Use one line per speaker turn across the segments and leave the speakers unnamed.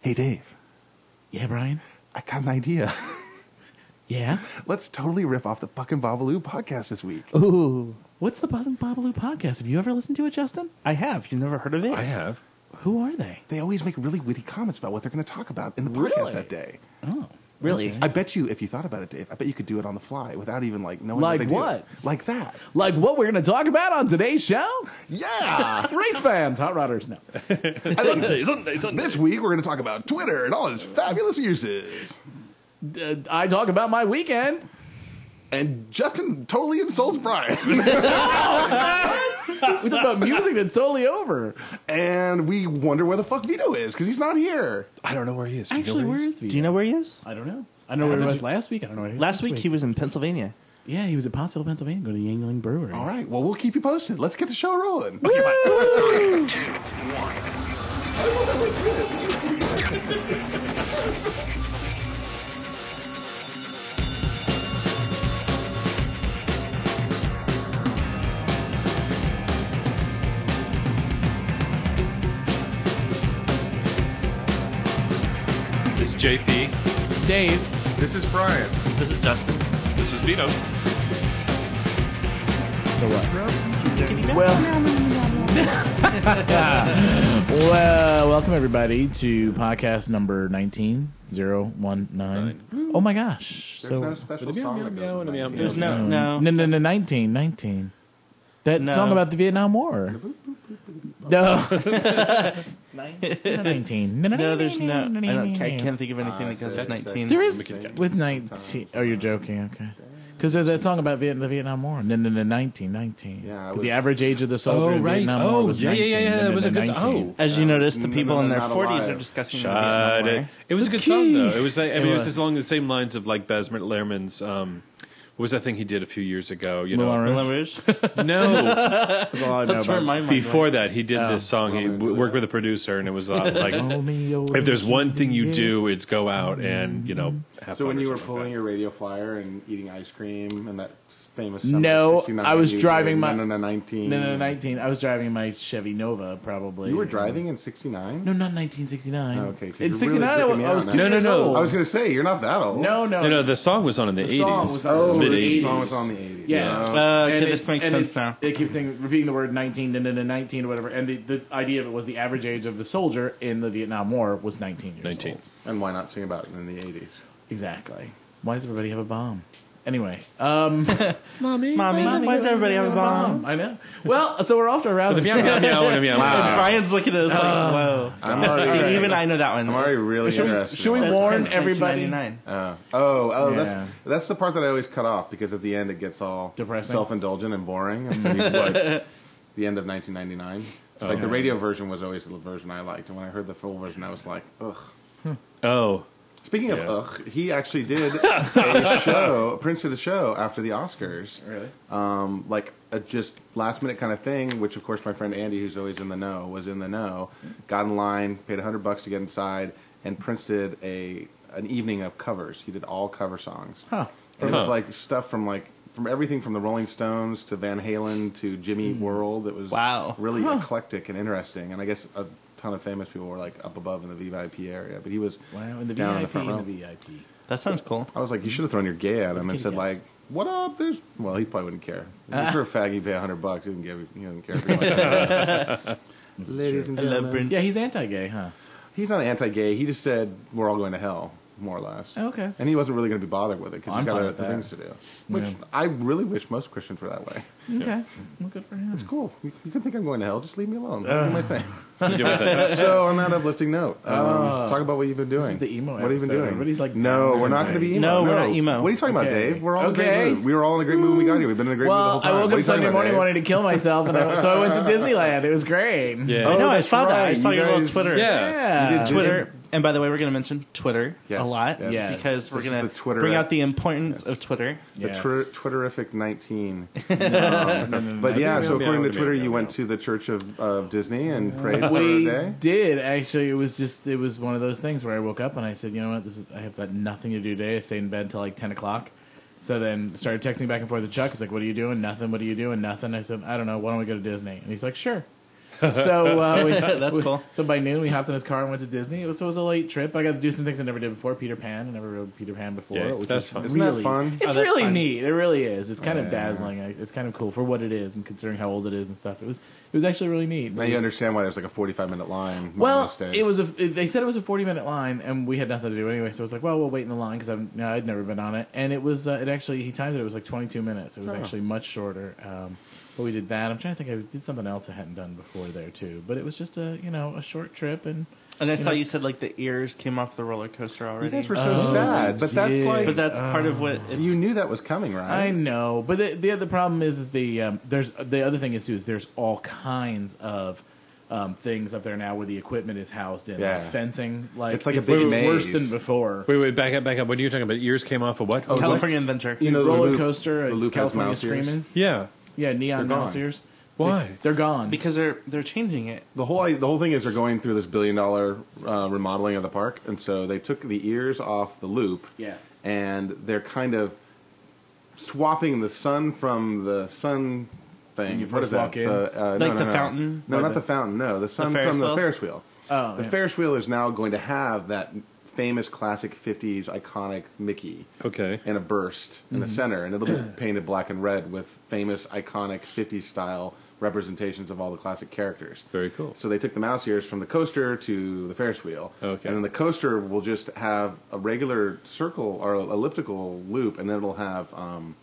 Hey, Dave,
Yeah, Brian.
I got an idea.
Yeah.
Let's totally rip off the fucking Babaloo podcast this week.
Ooh. What's the Buzz and Bobaloo podcast? Have you ever listened to it, Justin?
I have. You've never heard of it?
I have.
Who are they?
They always make really witty comments about what they're going to talk about in the podcast
Really?
that day.
Oh.
Really?
I bet you, if you thought about it, Dave, I bet you could do it on the fly without even like knowing
Like
what they do.
what?
Like that.
Like what we're going to talk about on today's show?
Yeah.
Race fans, hot rodders. No.
I love it.
Sunday, Sunday.
This week, we're going to talk about Twitter and all its fabulous uses.
Uh, I talk about my weekend.
And Justin totally insults Brian.
We talk about music that's totally over.
and we wonder where the fuck Vito is because he's not here.
I don't know where he is. Do you know
Actually,
where
where
he
is Vito?
Do you know where he is?
I don't know. I don't know where he was last week. I don't know where he was
Last week he was in Pennsylvania.
Yeah, he was at Pottsville, Pennsylvania, going to the Yangling Brewery.
All right. Well, we'll keep you posted. Let's get the show rolling.
This is JP.
This is Dave.
This is Brian.
This is Justin.
This is Vito.
Well, well, welcome everybody to podcast number nineteen zero one nine. Oh my gosh!
There's
so
no special song that goes with
meow,
19.
meow,
There's no, no.
no, no, no, nineteen, nineteen. That
No.
song about the Vietnam War. No, nineteen.
No, there's no. I, don't, I can't think of anything that goes
say-
with 19.
There is with nineteen. Oh, you're joking. Okay. Because there's that song about Viet- the Vietnam War, and then in the 1919.
Yeah, I
But the
was-
average age of the soldier
Oh,
in
right.
Vietnam War
Oh,
was
yeah, yeah,
19.
yeah, yeah.
and
That
then
was
the
a good.
19.
Oh.
As you notice, the
Uh, No,
people
no,
in
no,
their
not
40s
alive.
are discussing the
Shut
Vietnam
it.
War.
It was a good
Okay.
song, though. It was. I, I mean, it was
was.
just along the same lines of like Baz Luhrmann's. Um, what was that thing he did a few years ago? You
Moulin
know,
Rouge.
Moulin Rouge?
no.
That's
Oh,
all I know
That's
about
where my mind went.
Before that, he did this song. He w- worked with a producer, and it was uh, like, if there's one thing you do, it's go out and you know. Have
So
fun
when
or
you
something
were
like
pulling
that.
your radio flyer and eating ice cream and that famous
No,
summer of 69,
I was
you were
driving my-
no no no nineteen
No, no, no, 19. I was driving my Chevy Nova, probably.
You were driving in sixty nine.
No, not 1969.
Oh, okay, 'cause
In
you're
69,
really
I
freaking
was,
me
I was
out
two
now.
No, no,
years
no.
old.
I was gonna say you're not that old.
No, no.
no, no, the song was on in the,
The
80s.
song was on-
oh,
Mid-
the
80s.
song was on the eighties.
Yes.
Uh, okay,
And
this
it's-
makes
and
sense
it's-
now.
It keeps saying, repeating the word 19, and then a 19 or whatever. And the, the idea of it was the average age of the soldier in the Vietnam War was 19 years
19.
old.
And why not sing about it in the eighties?
Exactly. Why does everybody have a bomb? Anyway, um,
Mommy, why does everybody have a bomb?
I know. Well, so we're off to a rather.
Meow, meow, meow, meow, meow, meow.
And Brian's looking at us like, whoa.
I'm already,
See, Even I know that one.
I'm already really
Should we-
interested.
should we
in that.
That's
warn
Prince,
everybody?
1999.
Uh, oh, oh,
Yeah.
that's that's the part that I always cut off because at the end it gets all
Depressing.
self-indulgent and boring. And so he was like, the end of 1999. Like the radio version was always the version I liked, and when I heard the full version, I was like, ugh.
Oh,
Speaking of
Yeah.
ugh, he actually did a show. Prince did a show after the Oscars,
Really?
um, like a just last minute kind of thing. Which of course, my friend Andy, who's always in the know, was in the know. Got in line, paid hundred bucks to get inside, and Prince did a an evening of covers. He did all cover songs.
Huh.
And it was
Huh.
like stuff from like from everything from the Rolling Stones to Van Halen to Jimmy
Mm.
World. It was
Wow.
really eclectic and interesting. And I guess a ton of famous people were like up above in the VIP area, but he was
Wow, in the
down
VIP.
in the front row.
in the VIP.
That sounds cool.
I was like, you should have thrown your gay at him and said like, "What up?" There's well, he probably wouldn't care.
Ah.
If you're a fag, you pay hundred bucks. He wouldn't give. He wouldn't care. If you're like- Ladies and
I love
gentlemen,
Prince.
Yeah, he's anti-gay, huh?
he's not anti-gay. He just said we're all going to hell, more or less.
Oh, Okay.
And he wasn't really going to be bothered with it because
I'm
he's got
fine
other
with that.
things to do. Which
Yeah.
I really wish most Christians were that way.
Okay. Well, good for him.
It's cool. You, you can think I'm going to hell. Just leave me alone. I'll
Uh.
do my thing.
you do it.
so on that uplifting note, um, talk about what you've been doing.
Oh. is the emo
What have you been
episode.
doing?
Everybody's like
no,
down
we're not
tonight.
going to be emo.
No, we're not emo.
What are you talking about,
Okay.
Dave? We're all in a
Okay.
great mood. We were all in a great mood when we got here. We've been in a great mood the whole
Well, I
time.
woke
What are
up
you talking
Sunday
about,
morning
Dave?
wanting to kill myself, and I, so I went to Disneyland. It was great.
Yeah.
I know, I
Oh, that's
saw that. I
right.
saw
You
your little
guys-
Twitter.
Yeah.
Yeah.
You did Disney-
Twitter. And by the way, we're going to mention Twitter
Yes,
a lot
yes.
Yes.
because we're
This is
going
the Twitter-
bring out the importance of Twitter.
The
Yes.
twitter Twitterific 19.
No, no, no,
But
no.
yeah, so
meow,
according to
meow,
Twitter,
meow,
you
meow,
went
meow.
to the Church of, of Disney and prayed for a
we
day.
did actually. It was just it was one of those things where I woke up and I said, you know what, this is I have got nothing to do today. I stayed in bed till like ten o'clock. So then started texting back and forth to Chuck. He's like, "What are you doing? Nothing. What are you doing? Nothing." I said, "I don't know. Why don't we go to Disney?" And he's like, "Sure." so uh, we,
That's
we-
cool.
So by noon, we hopped in his car and went to Disney. It was, so it was a late trip. I got to do some things I never did before. Peter Pan. I never rode Peter Pan before.
Yeah,
which
that's
was
fun.
Isn't
really-
that fun?
It's
that's
really
fun.
neat. It really is. It's kind
Yeah.
of dazzling. I- It's kind of cool for what it is, and considering how old it is and stuff. It was. It was actually really neat.
Now
It
you
was-
understand why there's like a 45 minute line.
well,
most days.
it was a. it- They said it was a forty-minute line, and we had nothing to do anyway. So I was like, "Well, we'll wait in the line because I've no, I'd never been on it." And it was. Uh, it actually he timed it. It was like twenty-two minutes.
Oh.
It was actually much shorter. Um, but we did that. I'm trying to think. I did something else I hadn't done before there too. But it was just a you know a short trip, and
And I saw
know-
you said like the ears came off the roller coaster already. Uh,
you guys were
Oh,
so sad, but that's
dear.
like
but that's part of what it,
you knew that was coming, right?
I know. But the the other problem is is the um, there's the other thing is too is there's all kinds of. Um, things up there now where the equipment is housed in like
Yeah.
fencing, like
It's like a big
worse
maze.
than before.
Wait, wait, back up, back up. What are you talking about? Ears came off of what?
Oh,
California Adventure.
You know, the
roller
Loop-
coaster,
the
at
Loop has
California
mouse ears.
Screaming.
Yeah.
Yeah, neon
They're
mouse
gone.
ears.
Why?
They, are gone.
because they're they're changing it.
The whole the whole thing is they're going through this billion dollar uh, remodeling of the park, and so they took the ears off the loop.
Yeah.
and they're kind of swapping the sun from the sun thing.
When you
what
first
is that?
walk in?
The, uh, no,
Like
no,
the
no.
fountain?
No,
Or
not
the-
the, fountain. No, the sun
Ferris
from the
wheel?
Ferris wheel.
Oh,
the
yeah.
Ferris wheel is now going to have that famous classic '50s iconic Mickey
Okay.
and a burst in the
Mm-hmm.
center, and it'll be painted black and red with famous, iconic 50s style representations of all the classic characters.
Very cool.
So they took the mouse ears from the coaster to the Ferris wheel.
Okay.
And then the coaster will just have a regular circle or elliptical loop, and then it'll have. Um,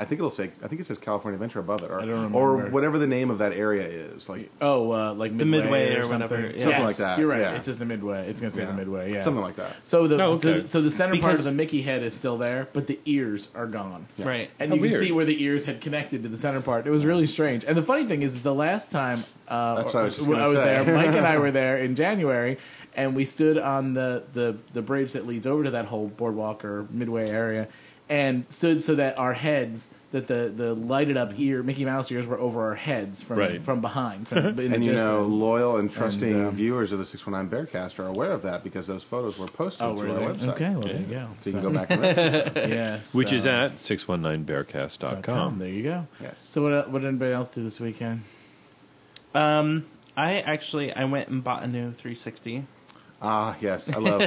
I think it'll say. I think it says California Adventure above it, or
I don't
or
remember.
whatever the name of that area is. Like
oh, uh, like midway,
Midway
or,
or
something.
whatever, yeah.
Yes,
Something
like that,
You're right.
yeah.
It says the midway. It's going to say
yeah.
the midway. Yeah,
something like that.
So the,
Oh, okay.
the- so the center part
Because-
of the Mickey head is still there, but the ears are gone.
Right.
And
How
you can
weird.
see where the ears had connected to the center part. It was really strange. And the funny thing is, the last time uh,
That's what I was just
when
gonna say.
there, Mike and I were there in January, and we stood on the, the, the bridge that leads over to that whole boardwalk or midway area, and stood so that our heads, that the, the lighted up ear, Mickey Mouse ears, were over our heads from
Right. Uh-huh.
from behind. From, in
And
the
you know,
distance.
loyal and trusting
And, uh,
viewers of the 619 Bearcast are aware of that because those photos were posted
oh,
to
were
our
there?
website.
Okay, well, there you
Yeah.
go.
So you can go back and reference it.
yeah,
Which
so-
uh,
is at 619bearcast.com.
com. There you go.
Yes.
So what uh, what did anybody else do this weekend?
Um, I actually I went and bought a new 360.
Ah, yes, I love.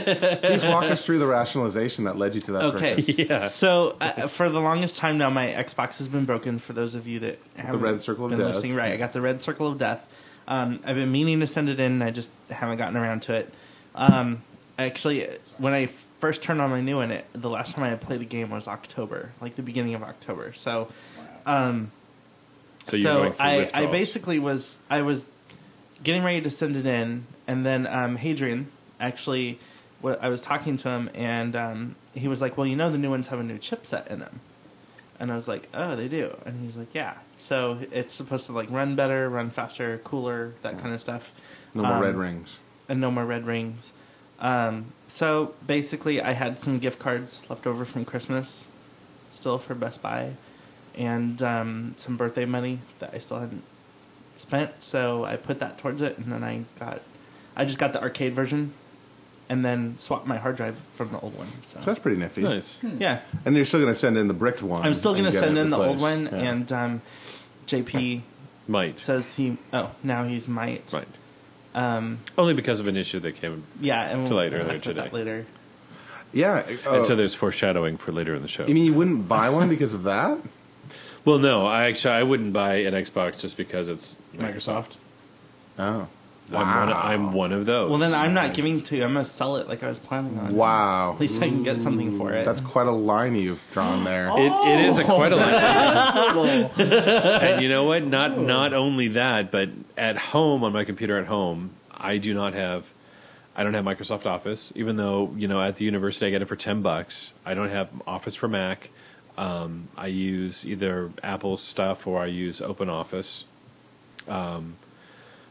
Please walk us through the rationalization that led you to that.
Okay.
purchase.
Yeah.
So uh, for the longest time now, my Xbox has been broken. For those of you that haven't
red circle of
been
death.
listening, right? I got the red circle of death. Um, I've been meaning to send it in. I just haven't gotten around to it. Um, actually, when I first turned on my new one, it, the last time I had played a game was October, like the beginning of October. So
So, you're going through
I, I
withdrawals.
basically was I was getting ready to send it in, and then um, Hadrian actually, wh- I was talking to him, and um, he was like, "Well, you know, the new ones have a new chipset in them," and I was like, "Oh, they do," and he's like, "Yeah." So it's supposed to like run better, run faster, cooler, that kind of stuff.
No more
Um,
red rings.
and no more red rings. Um, so basically, I had some gift cards left over from Christmas, still for Best Buy, and um, some birthday money that I still hadn't spent. So I put that towards it, and then I got, I just got the arcade version, and then swapped my hard drive from the old one. So,
So that's pretty nifty.
Nice.
yeah,
And you're still going to send in the bricked one.
I'm still
and
gonna
get
send
it
in the old
replaced.
one,
Yeah.
and um, JP
Might.
says he. Oh, now he's might.
Might.
Um,
Only because of an issue that came.
yeah, and
To
we'll
light
we'll
earlier
talk about that later.
today.
yeah. uh,
and so there's foreshadowing for later in the show.
you mean you wouldn't buy one because of that?
well, no, I actually I wouldn't buy an Xbox just because it's
Microsoft.
Oh,
I'm, one of, I'm one of those.
Well, then I'm not giving it to you. I'm going to sell it like I was planning on.
wow.
At least I can get something for it.
That's quite a line you've drawn there.
It, it is
Oh.
a quite a lot.
Subtle.
and you know what? Not not only that, but at home on my computer at home, I do not have. I don't have Microsoft Office, even though you know at the university I get it for ten bucks. I don't have Office for Mac. Um, I use either Apple stuff or I use Open Office. Um,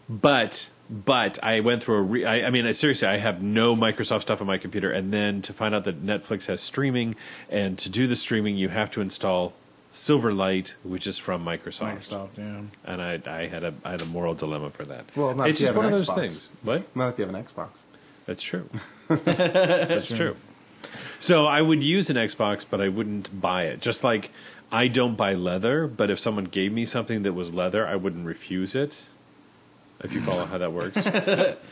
but but I went through a re- I, I mean seriously I have no Microsoft stuff on my computer and then to find out that Netflix has streaming and to do the streaming you have to install Silverlight which is from Microsoft,
Microsoft, yeah.
and I I had a I had a moral dilemma for that
Well, not if
it's
you
just
have
one
an
of those
Xbox.
things what
Not if you have an Xbox.
that's true that's true so I would use an Xbox but I wouldn't buy it just like I don't buy leather but if someone gave me something that was leather I wouldn't refuse it if you follow how that works.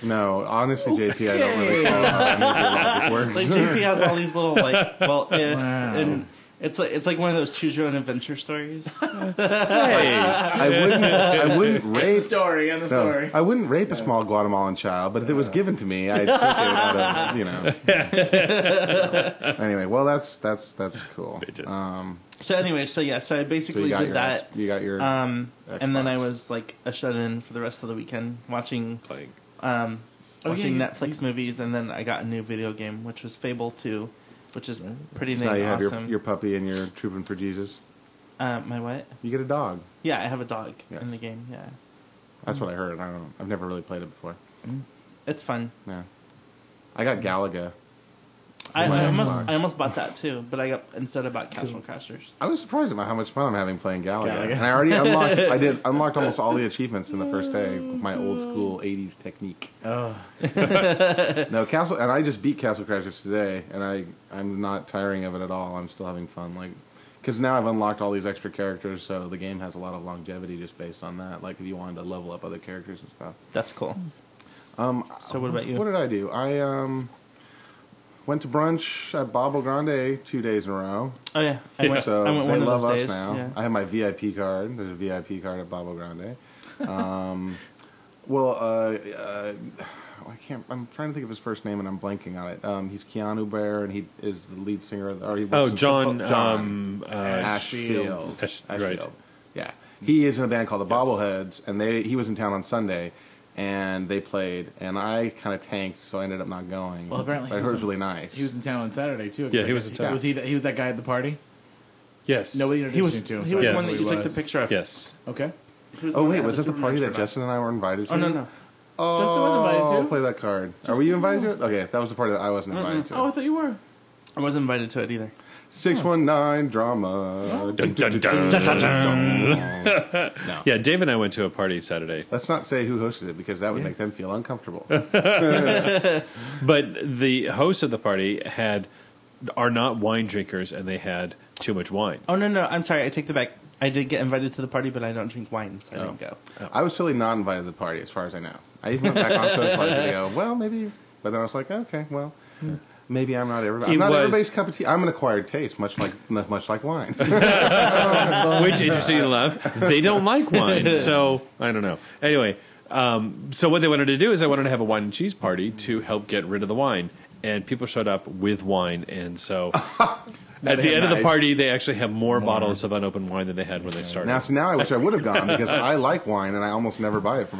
No, honestly, JP, I don't really know how any of your logic works.
Like JP has all these little like, well, if
Wow.
and it's like it's like one of those choose your own adventure stories.
hey,
I wouldn't. I wouldn't
The
rape.
story and the
no,
story.
I wouldn't rape a small Guatemalan child, but if it was given to me, I'd take it out of you know. anyway, well, that's that's that's cool.
Bitches.
Um,
So anyway, so yeah, so I
so
basically
you got
did
your
that.
ex- you got your
Um, and then I
Xbox.
was like a shut in for the rest of the weekend watching
playing.
um,
Oh, yeah,
watching
you-
Netflix movies, and then I got a new video game, which was Fable Two, which is pretty
so
name
now you have
awesome.
your your puppy and you're trooping for Jesus.
uh, my what?
You get a dog.
Yeah, I have a dog
Yes.
in the game. Yeah,
That's what I heard. I don't. I've never really played it before.
it's fun.
Yeah, I got Galaga.
I,
my
I almost
Xbox.
I almost bought that too, but I got instead I bought Castle Crashers.
I was surprised about how much fun I'm having playing Galaga,
Galaga.
and I already unlocked. I did unlocked almost all the achievements in the first day with my old school '80s technique.
Oh,
No Castle, and I just beat Castle Crashers today, and I I'm not tiring of it at all. I'm still having fun, like because now I've unlocked all these extra characters, so the game has a lot of longevity just based on that. Like if you wanted to level up other characters and stuff.
That's cool.
Um,
So what about you?
What did I do? I um went to brunch at Babo Grande two days in a row.
Oh yeah, I went,
so
I went
they
one
love
of
us
those days.
now.
Yeah.
I have my VIP card. There's a VIP card at Babo Grande. Um, well, uh, uh, I can't. I'm trying to think of his first name, and I'm blanking on it. Um, he's Keanu Bear, and he is the lead singer. Of the, or he
Oh,
was the-
John.
John
Um, uh,
Ashfield.
Ashfield.
Ash- right.
Ashfield. Yeah, he is in a band called the Bobbleheads, and they he was in town on Sunday, and they played, and I kind of tanked, so I ended up not going.
Well, apparently
but
he
I
was
heard it was
on-
really nice.
he was in town on Saturday too. 'cause
Yeah,
I
he was
guess-
in town.
Was he? the- He was that guy at the party.
yes.
Nobody
He
introduced
was he
him to him.
was
so I
the
don't know
one that
who
you
he
took the
was.
picture of.
Yes.
Okay.
He was the
oh
one
wait,
had
was that the party that
supermarket
Justin and I were invited to?
Oh no no.
Oh,
Justin was invited to.
Play that card. Are we invited to it? Okay, that was the party that I wasn't invited to.
Oh, I thought you were.
I wasn't invited to it either.
Six one nine drama.
Dun, dun, dun. Yeah, Dave and I went to a party Saturday.
Let's not say who hosted it because that would make
Yes.
them feel uncomfortable.
But the host of the party had are not wine drinkers, and they had too much wine.
Oh no no, I'm sorry. I take the back. I did get invited to the party, but I don't drink wine,
Oh.
so I didn't go.
I was totally not invited to the party, as far as I know. I even went back on social media to go, well, maybe. But then I was like, okay, well,
Hmm.
maybe I'm not everybody.
It
I'm not
was-
everybody's cup of tea. I'm an acquired taste, much like much like wine.
Which, interesting
uh,
enough, they don't like wine. So I don't know. Anyway, um, so what they wanted to do is I wanted to have a wine and cheese party to help get rid of the wine, and people showed up with wine, and so. At the end of the
nice.
party, they actually have more, bottles of unopened wine than they had when they started.
now, so now I wish I would have gone because I like wine and I almost never buy it for
Oh,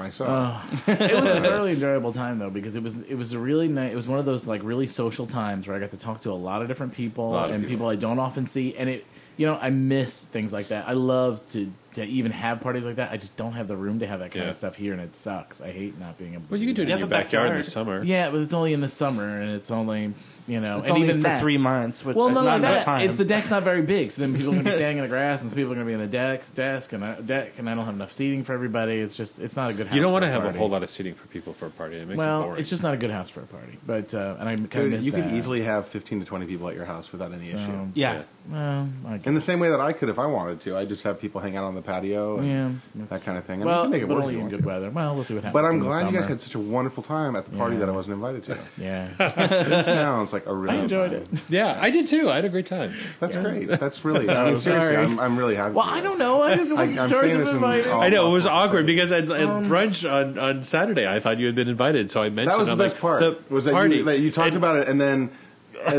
myself.
it was a really enjoyable time though because it was it was a really nice it was one of those like really social times where I got to talk to a lot of different people
Lot of
and people.
people.
I don't often see and it you know I miss things like that I love to to even have parties like that I just don't have the room to have that kind
Yeah.
of stuff here and it sucks I hate not being able to
well, you can do it
You
in
have
your
a
backyard, in
backyard.
the summer.
yeah but it's only in the summer and it's only you know
It's
and
only
even
for
that-
three months, which
well,
is
no,
not
not
enough
that.
time.
It's the deck's not very big, so then people are going to be standing in the grass, and some people are going to be in the deck, desk, and I, deck, and I don't have enough seating for everybody. It's just, it's not a good. House
You don't
want to
have a whole lot of seating for people for a party. It makes it
well,
boring.
it's just not a good house for a party. But uh, and I kind of
Dude,
miss
you could
that.
easily have 15 to 20 people at your house without any
So,
issue.
yeah.
Yeah.
Well, I
In the
guess.
same way that I could if I wanted to. I just have people hang out on the patio and
yeah.
that kind of thing. I mean, you
well,
can make it
but
work if
only
you
in
want
good
to.
weather. Well, we'll see what happens.
But I'm
in the
glad you guys
summer.
had such a wonderful time at the party
Yeah.
that I wasn't invited to.
Yeah,
That sounds like a really
I enjoyed
fun-
it.
yeah, I did too. I had a great time.
That's great. That's really.
So
I mean, seriously,
sorry.
I'm, I'm really happy.
Well,
for
I
you.
don't know. I didn't.
I-
wasn't
I'm
sure
saying
I've
this
been
in
invited.
all-
I know it
Lost
was
my
awkward
Saturday.
because at, at brunch on, on Saturday I thought you had been invited, so I mentioned
That was the
I'm
best
like,
part.
The
was that
party
you that you talked
And-
about it, and then it's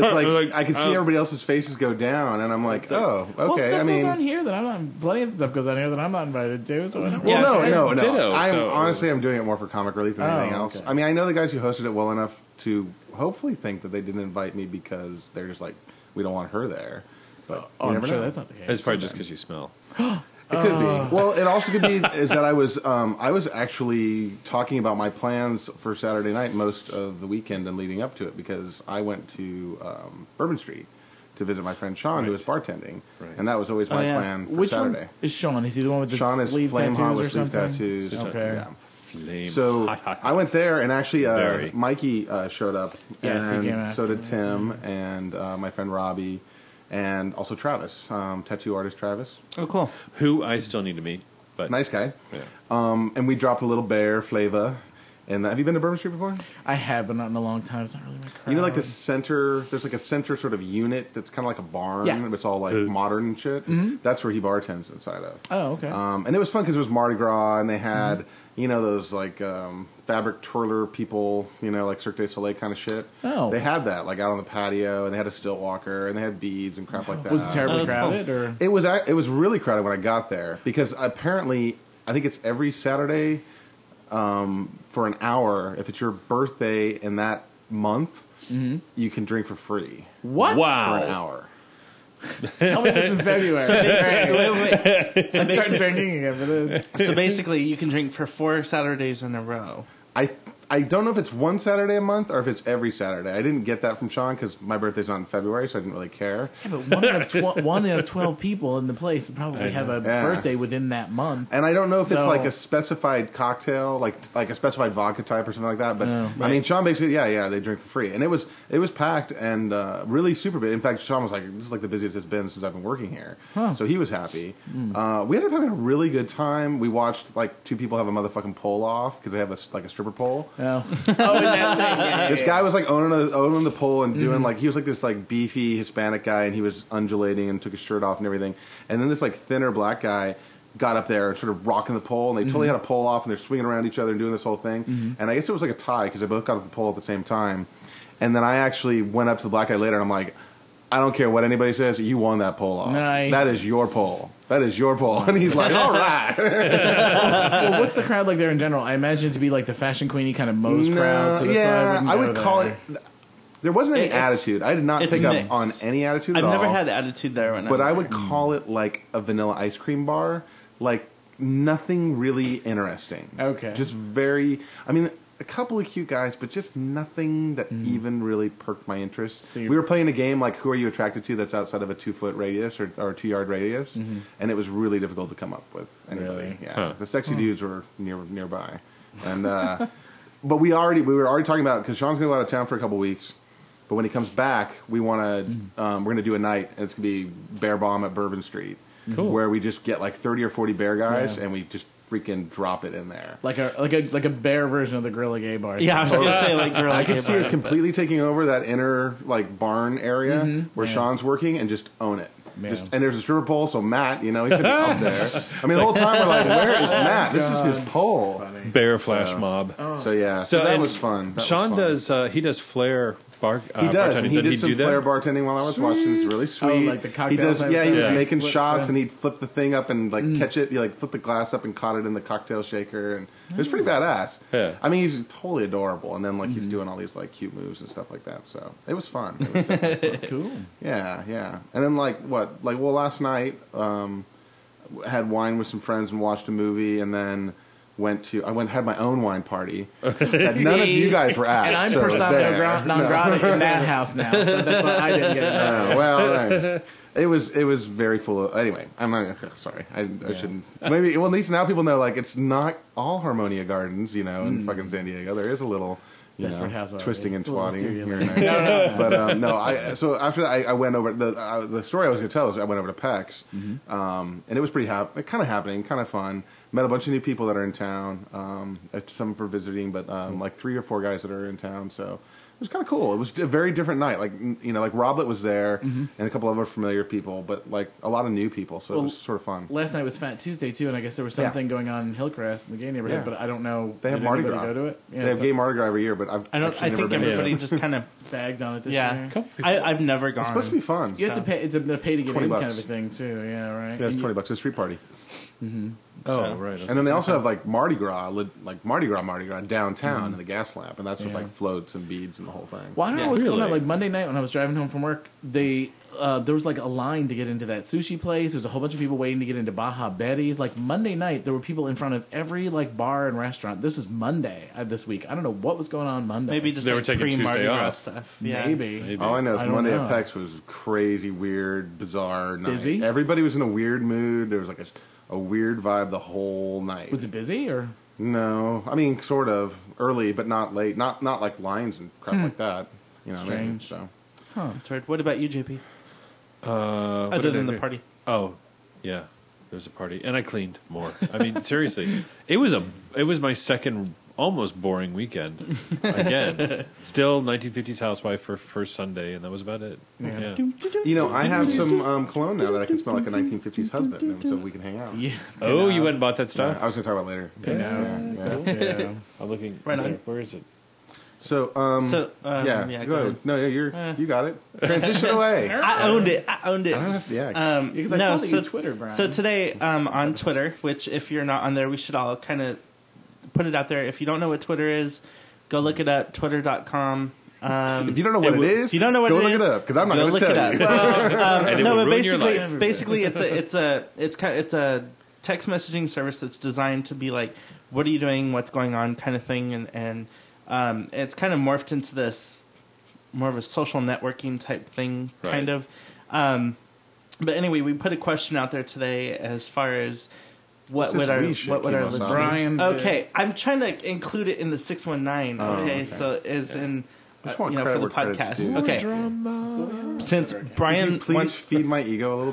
like,
Like,
I could see
oh.
everybody else's faces go down, and I'm like, oh, okay.
Well, stuff
I mean,
goes on here that I'm not. Plenty of stuff goes on here that I'm not invited to. So whatever.
well,
Yeah,
no,
I
no, no.
ditto,
I'm
so-
honestly, I'm doing it more for comic relief than
Oh,
anything else.
okay.
I mean, I know the guys who hosted it well enough to hopefully think that they didn't invite me because they're just like, we don't want her there. But
oh,
you
I'm
never
sure
know.
that's Oh. not the case.
It's probably just because you smell.
It could be. Well, it also could be is that I was um, I was actually talking about my plans for Saturday night most of the weekend and leading up to it because I went to um, Bourbon Street to visit my friend Sean who was bartending,
Right.
and that was always
Oh,
my
yeah.
plan for
Which
Saturday.
one is Sean? Is he the one with the
Sean is
sleeve
flame
tattoos
hot
or
with sleeve
something?
tattoos.
Okay.
Yeah.
Flame.
So
Hot, hot,
I went there, and actually, uh,
Very.
Mikey uh, showed up,
Yes, he
and
came after
so did
me,
Tim, and uh, my friend Robbie, and also Travis, um, tattoo artist Travis.
Oh, cool.
who I still need to meet. But
Nice guy. Um, and we dropped a little bear flavor. And have you been to Bourbon Street before?
I have, but not in a long time. It's not really my crowd.
You know, like the center. There's like a center sort of unit that's kind of like a barn.
Yeah. Mm-hmm.
It's all like
Uh.
modern and shit. That's where he bartends inside of.
Oh, okay.
Um, and it was fun because it was Mardi Gras, and they
Mm-hmm.
had you know those like um, fabric twirler people, you know, like Cirque du Soleil kind of shit.
Oh.
they had that like out on the patio, and they had a stilt walker, and they had beads and crap like that.
was it terribly
Oh, that's cool.
crowded or?
It was ac- it was really crowded when I got there because apparently I think it's every Saturday um, for an hour. If it's your birthday in that month, you can drink for free
Mm-hmm. What?
Wow.
for an
Ow.
hour.
Tell me this in February. Right.
Wait, wait, wait.
I'm starting drinking again for this.
So basically, you can drink for four Saturdays in a row.
I I don't know if it's one Saturday a month or if it's every Saturday. I didn't get that from Sean because my birthday's not in February, so I didn't really care.
Yeah, but one out, of tw- one out of 12 people in the place would
I
probably
know.
have a
Yeah.
birthday within that month.
And I don't know if it's
So-
like a specified cocktail, like like a specified vodka type or something like that. But
No.
I mean, Sean basically, yeah, yeah, they drink for free, and it was it was packed and uh, really super big. In fact, Sean was like, "This is like the busiest it's been since I've been working here,"
Huh. Hmm.
so he was happy. Uh, we ended up having a really good time. We watched like two people have a motherfucking pole off because they have a s like a stripper pole.
Oh, oh and that thing. yeah,
This
yeah,
guy was like owning a, owning the pole and doing like he was like this like beefy Hispanic guy and he was undulating and took his shirt off and everything. And then this like thinner black guy got up there and sort of rocking the pole and they totally had a pole off and they're swinging around each other and doing this whole thing. And I guess it was like a tie because they both got off the pole at the same time. And then I actually went up to the black guy later and I'm like, I don't care what anybody says, you won that pole off.
Nice.
That is your pole. That is your pole. And he's like, all right.
Well, what's the crowd like there in general? I imagine it to be like the fashion queeny kind of Moe's
No,
crowd. So that's why I,
yeah,
wouldn't
I
go
would call
there.
it. There wasn't any
It- it's-
attitude. I did not
it's
pick up
mixed.
on any attitude
I've
at
never
all.
had attitude there. When
but
I'm
I
there.
would call it like a vanilla ice cream bar, like nothing really interesting.
Okay.
just very. I mean, a couple of cute guys, but just nothing that
Mm.
even really perked my interest.
So
we
you-
were playing a game like "Who are you attracted to?" that's outside of a two foot radius or, or two yard radius,
Mm-hmm.
and it was really difficult to come up with anybody.
Really?
Yeah,
Huh.
the sexy dudes were near nearby, and. uh But we already we were already talking about because Sean's gonna go out of town for a couple weeks. But when he comes back, we want to um, we're gonna do a night, and it's gonna be Bear Bomb at Bourbon Street,
Cool.
where we just get like thirty or forty bear guys,
Yeah.
and we just freaking drop it in there.
Like a like a like a bare version of the Gorilla Gay Bar.
Yeah, I was gonna say like girl.
I can see us completely taking over that inner like barn area where
Yeah.
Sean's working and just own it.
Yeah.
Just, and there's a stripper pole, so Matt, you know, he should be up there. I mean, the whole time we're like, where is Matt? This is his pole.
Funny.
bear flash
So-
mob.
So yeah, so,
So,
that
and
was fun. That was
Sean
fun.
does. Uh, he does flair bar.
He
uh,
does,
bartending.
and he did
Doesn't
some
do that?
flair bartending while I was watching. It's really
Oh,
sweet.
like the
he
cocktail
does,
type
yeah. He
stuff? Mm.
was
Yeah.
making
Flips
shots,
the-
and he'd flip the thing up and like catch it. He like flipped the glass up and caught it in the cocktail shaker, and it was pretty badass.
Yeah.
I mean, he's totally adorable, and then like
Mm-hmm.
he's doing all these like cute moves and stuff like that. So it was fun. It was definitely fun.
Cool.
Yeah, yeah. And then like what? Like well, last night um, had wine with some friends and watched a movie, and then went to I went had my own wine party that none of
See?
you guys were at.
And I'm
so
persona
there.
non gra- non
No.
grata in that house now, so that's why I didn't get it.
Uh, well, right. it was it was very full of. Anyway, I'm not sorry. I, I shouldn't. Maybe well, at least now people know like it's not all Harmonia Gardens, you know,
Mm.
in fucking San Diego. There is a little. You
Desperate
know,
Housewives.
twisting and
It's a little
twatting.
studio
here and there. But um, no, I, so after that, I, I went over the uh, the story I was going to tell is I went over to PAX,
Mm-hmm.
um, and it was pretty hap- kind of happening, kind of fun. Met a bunch of new people that are in town, um, uh, some for visiting, but um,
Mm-hmm.
like three or four guys that are in town. So it was kind of cool. It was a very different night. Like n- you know, like Roblet was there, and a couple of other familiar people, but like a lot of new people. So it
Mm-hmm. Well,
was sort of fun.
Last night was Fat Tuesday too, and I guess there was
Yeah.
something going on in Hillcrest in the gay neighborhood,
Yeah.
but I don't know.
They have
did
Mardi
anybody
Gras.
Go to it. Yeah,
they have
it's
gay Mardi Gras every year, but I've
I don't.
actually
I
never
think
been to
everybody
it.
just kind of.
bagged on it this
Yeah,
year.
Couple people-
I, I've never gone.
It's supposed to be fun.
You have to
So-
pay. It's a, a pay to get
20
in kind
bucks.
of a thing too. Yeah, right.
Yeah, it's
And
twenty bucks. It's a street party.
Oh
So-
right.
And then they also have like Mardi Gras, li- like Mardi Gras, Mardi Gras downtown in the gas lamp, and that's with
Yeah.
like floats and beads and the whole thing.
Well, I don't know
Yeah.
what's going on.
Really?
Like Monday night when I was driving home from work, they uh, there was like a line to get into that sushi place. There's a whole bunch of people waiting to get into Baja Betty's. Like Monday night, there were people in front of every like bar and restaurant. This is Monday uh, this week. I don't know what was going on Monday.
Maybe just
They were
like
taking
pre Mardi
Tuesday
Gras
off.
stuff. Yeah.
maybe.
Maybe.
All Oh, I know is
I don't
Monday at
know.
PEX was crazy, weird, bizarre night.
Busy?
Everybody was in a weird mood. There was like a, a weird vibe the whole night.
was it busy or
No, I mean sort of early, but not late. Not not like lines and crap like that. You know, what I mean?
Hmm. Strange.
so
huh?
That's weird. What about you, JP?
Uh, what
Other
did I
than the
do?
party,
Oh, yeah. There was a party, and I cleaned more. I mean, seriously, it was a it was my second almost boring weekend again. Still 1950s housewife for first Sunday, and that was about it.
Yeah.
Yeah.
You know, I have some um, cologne now that I can smell like a 1950s husband, and so we can hang out.
Yeah.
Oh,
Pinot.
you went and bought that
Yeah,
stuff.
I was going to talk about it later.
Pinot.
Yeah, yeah.
Yeah.
I'm looking.
Right on.
there. Where is it?
So, um,
So, um,
yeah,
yeah,
go
go
ahead.
ahead.
No, you're,
Eh.
you got it. Transition away.
I owned it. I owned it.
I don't have to- yeah.
Um,
Because I
no,
saw that
so,
you Twitter, Brian.
so today um, on Twitter, which if you're not on there, we should all kind of put it out there. If you don't know what Twitter is, go look it up. Twitter.com. Um,
If you don't know what it
It would-
is,
if you don't know what
go
it
look
is,
it up because I'm not
go
going to
look
tell
it up.
you.
Well, um,
And it
no,
will
but
ruin your
basically,
life.
basically, it's a it's a it's kind it's a text messaging service that's designed to be like, what are you doing? What's going on? Kind of thing, and and um, it's kind of morphed into this more of a social networking type thing,
Right.
kind of. Um, but anyway, we put a question out there today as far as what
This is
would our
we shit,
what would our
Kimo-san.
listeners
Brian.
Okay, I'm trying to include it in the 619.
Oh,
okay,
okay.
so is in
I just
uh,
want
you know for the
credit where credit's
podcast.
due.
Okay,
Drama.
since
Could you
Brian
please
wants,
feed my ego a little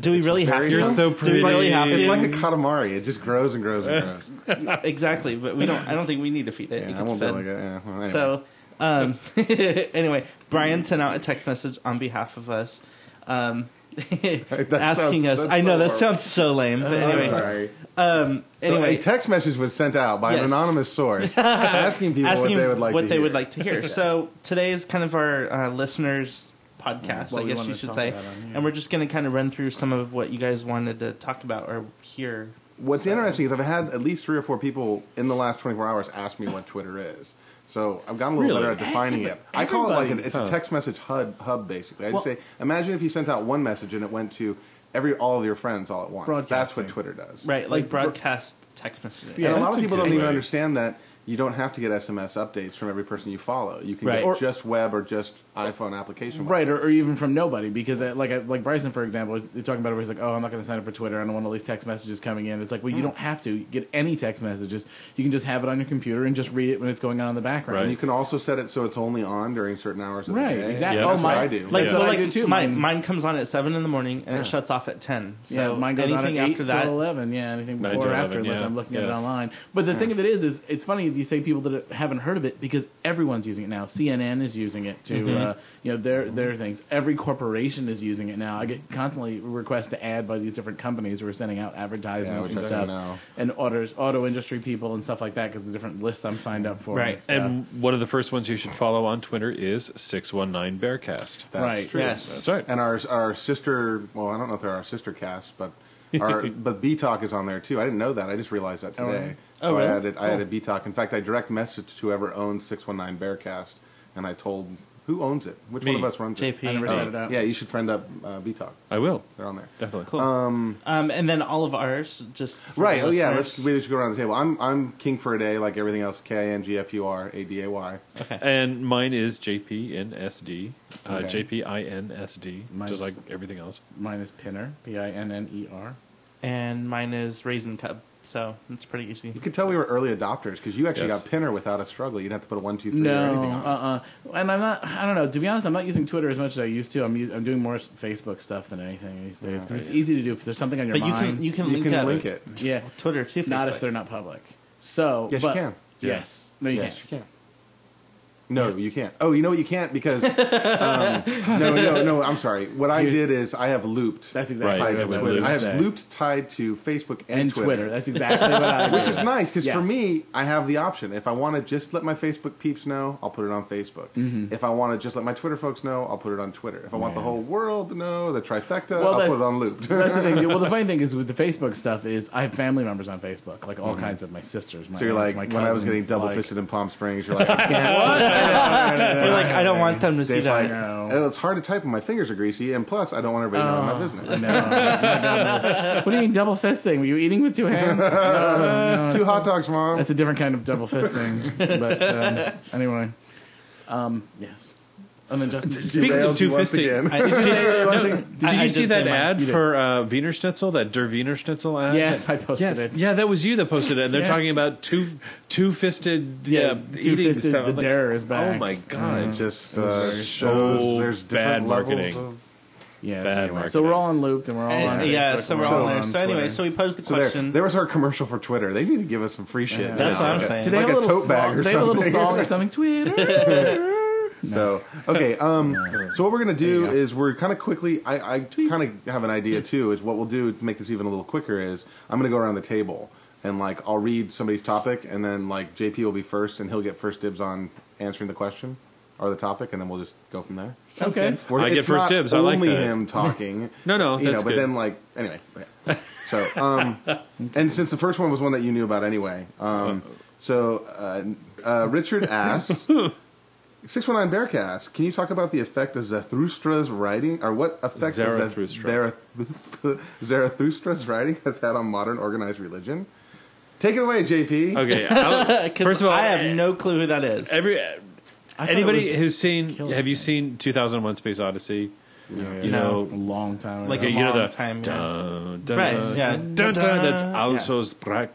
do we really have to?
very- You're
so
Do we really
pretty.
have
It's
to? Uh,
like a katamari. It just grows and grows and grows.
exactly, but we don't. I don't think we need to feed it. It
Yeah, I
gets
won't be
fed.
like it. Yeah, well, anyway.
So, um, anyway, Brian sent out a text message on behalf of us, um, asking
sounds-
us.
that's
I know
so
that
horrible.
sounds so lame, but
I'm
anyway,
sorry.
um,
So
anyway,
a text message was sent out by an
Yes.
anonymous source asking people
asking
what they would like
what
to
they
hear.
would like to hear. So today is kind of our uh, listeners podcast,
Well,
I
we
guess
wanted
you
to
should
talk
say,
about on here.
and we're just going to kind of run through some of what you guys wanted to talk about or hear.
What's interesting is I've had at least three or four people in the last 24 hours ask me what Twitter is. So I've gotten a little
Really?
better at defining it. I call it like an,
everybody-
it's a text message hub, hub basically. I just
Well-
say, imagine if you sent out one message and it went to every all of your friends all at once. That's
Broadcasting.
what Twitter does.
Right, like,
Like,
broadcast text messaging.
Yeah,
and a lot
that's
of people
okay.
don't even
Right.
understand that you don't have to get SMS updates from every person you follow. You can
Right.
get
Or-
just web or just iPhone application.
Right, or,
updates.
or even from nobody, because uh, like I- like Bryson, for example, you're talking about it. Where he's like, "Oh, I'm not going to sign up for Twitter. I don't want all these text messages coming in." It's like, well, you
Mm.
don't have to get any text messages. You can just have it on your computer and just read it when it's going on in the background.
And
Right.
you can also set it so it's only on during certain hours of
Right,
the day.
exactly.
Yeah.
Oh,
That's
my-
what I do.
Like,
Yeah.
well,
what I
like
do too.
Mine,
Mine-
mine comes on at seven in the morning and it shuts off at ten. So
yeah, mine goes on at
anything
eight
after that.
till eleven. Yeah, anything
Nine
before or
till
after,
11,
unless
yeah.
I'm looking at it
Yeah.
online. But the thing of it is, is it's funny if you say people that haven't heard of it because everyone's using it now. CNN is using it to,
Mm-hmm.
uh, you know, their their things. Every corporation is using it now. I get constantly requests to ad by these different companies who are sending out advertisements
Yeah,
and
which I
stuff,
don't know.
and orders, auto industry people and stuff like that because the different lists I'm signed up for.
Right.
and, stuff.
And one of the first ones you should follow on Twitter is 619 Bearcast.
That's
Right.
true.
Yes.
That's right.
And our our sister, well, I don't know if they're our sister cast, but our but B Talk is on there too. I didn't know that. I just realized that
Oh,
today.
really?
So
Oh,
I
really?
added I added B Talk. In fact, I direct messaged whoever owns six one nine Bearcast, and I told who owns it, which
Me.
one of us runs
JP.
I never
it.
set it up.
Yeah, you should friend up uh, B Talk.
I will.
They're on there.
Definitely.
Cool. Um, and then all of ours just for
Right.
the
Oh yeah.
listeners.
Let's we should go around the table. I'm I'm King for a day, like everything else. K I N G F U R A D A Y.
And mine is JPNSD. Uh,
Okay.
JPINSD.
Mine's-
Just like everything else.
Mine is Pinner, P I N N E R.
and mine is raisin cub. So it's pretty easy.
You could tell we were early adopters because you actually
Yes.
got Pinner without a struggle. You didn't have to put a one, two, three or
No,
anything on. it.
uh, uh and I'm not. I don't know. To be honest, I'm not using Twitter as much as I used to. I'm u- I'm doing more s- Facebook stuff than anything these days 'cause it's easy to do if there's something on your
But you
mind.
can you can
you
link
can
up
link it.
yeah,
Twitter too.
not
Facebook.
if they're not public. So
Yes, you
but-
can.
Yes, no, you
yes,
can't.
you can. No, you can't. Oh, you know what? You can't because um, no, no, no. I'm sorry. What I
You-
did is I have looped.
That's exactly
Right,
what
tied to
I was
that's
Twitter.
gonna
looped.
I
say.
have looped tied to Facebook and,
and Twitter. That's exactly what I.
Which
did.
is nice because for
Yes.
me, I have the option. If I want to just let my Facebook peeps know, I'll put it on Facebook.
Mm-hmm.
If I want to just let my Twitter folks know, I'll put it on Twitter. If I want the whole world to know, the trifecta,
Well,
I'll
that's-
put it on looped.
Well, That's the thing. Too. Well, the funny thing is with the Facebook stuff is I have family members on Facebook, like all kinds of my sisters. My
Mm-hmm. so you're
aunts,
like,
my
when I was
cousins,
getting double
like-
fisted in Palm Springs, you're like, I can't.
You're like I don't want them to see
Dave's
that.
like,
No.
"Oh, it's hard to type when my fingers are greasy, and plus, I don't want everybody knowing my
Oh.
business.
No, my goodness. what do you mean double fisting? Were you eating with two hands?
Two hot dogs, mom.
That's a different kind of double fisting. but um, anyway, um, yes. And then Justin, did you,
Speaking
Derailed
of two
you once
fisting,
again.
I did-
say one thing?
Did
I-
you
I
see
did
that
say mine.
ad
You did.
for uh, Wiener Schnitzel? That Der Wiener Schnitzel ad?
Yes, I posted
Yes.
it.
Yeah, that was you that posted it. And they're
Yeah.
talking about two two fisted yeah,
two
eating
fisted.
stuff.
The
I'm like,
dare is
Oh
back.
my god!
It just uh, shows there's
bad
different levels
marketing.
of
Bad
Yes.
marketing.
So we're all on looped and we're all
And-
on.
yeah,
Facebook
so
and
we're all
on
in there.
on
So anyway,
Twitter.
so we posed the
So there,
question.
there was our commercial for Twitter. They need to give us some free shit.
That's what I'm saying.
Today
like
a,
a,
little
tote bag
song,
or
they have a
something.
little song or something. Twitter.
So okay, um, so what we're gonna
There
do
you go.
is we're kind of quickly. I, I kind of have an idea too. Is what we'll do to make this even a little quicker is I'm gonna go around the table and like I'll read somebody's topic and then like JP will be first and he'll get first dibs on answering the question or the topic and then we'll just go from there.
Okay.
We're-
I get
it's
first
not
dibs. I like
only
that.
him talking.
No, no,
you know,
that's
but
good.
then like anyway. yeah. So um, and since the first one was one that you knew about anyway, um, so uh, uh, Richard asks. 619 Bearcast, can you talk about the effect of Zarathustra's writing, or what effect does Zath-
Zarathustra.
Zarath- Zarathustra's writing has had on modern organized religion? Take it away, JP.
Okay. I'll-
Uh, 'Cause
first of all,
I have no clue who that is.
Every
I thought it
anybody
was-
who's seen,
killed.
have you seen 2001: Space Odyssey?
Yeah.
You
No.
a
know,
long time.
Like
Like
Yeah,
a
you know
long
the
time,
dun, dun,
Right,
dun,
yeah.
dun, dun, dun, that's
Yeah.
also sprach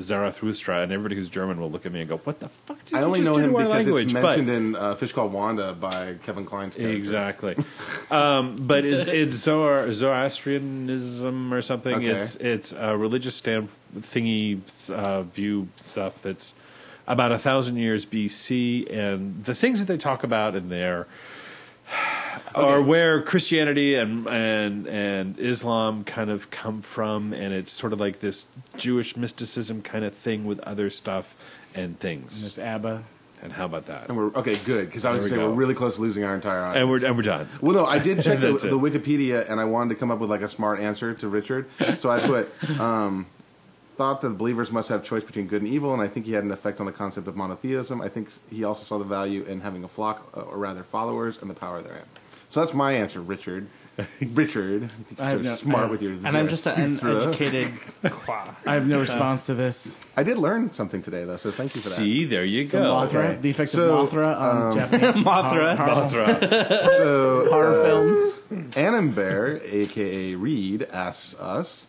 Zarathustra, and everybody who's German will look at me and go, "What the fuck did
I
you
only
just
know
do
him
to our
because
language?"
it's
But-
mentioned in uh, Fish Called Wanda by Kevin Klein's character.
Exactly. um, but it's, it's Zoar, Zoroastrianism or something.
Okay.
It's it's a religious stand thingy uh, view stuff that's about a thousand years BC, and the things that they talk about in there. Are where Christianity and and and Islam kind of come from, and it's sort of like this Jewish mysticism kind of thing with other stuff and things.
there's ABBA.
And how about that?
And
And
we're okay, good because I
There
was going
we
say
go.
we're really close to losing our entire audience.
we're and we're done.
well, no, I did check the,
That's it.
the Wikipedia and I wanted to come up with like a smart answer to Richard, so I put um, thought that believers must have choice between good and evil, and I think he had an effect on the concept of monotheism. I think s- he also saw the value in having a flock, uh, or rather followers, and the power therein. So that's my answer, Richard. Richard,
I
you're
have no-
smart
I-
with your.
and I'm just an
Zarathustra.
uneducated qua.
I have no response to this.
I did learn something today, though, so thank you for that.
See, there you
So
go.
Mothra,
Okay.
the effects
So,
of Mothra on Japanese horror,
Mothra.
horror,
Mothra.
So
horror films.
Annenbear, aka Reed, asks us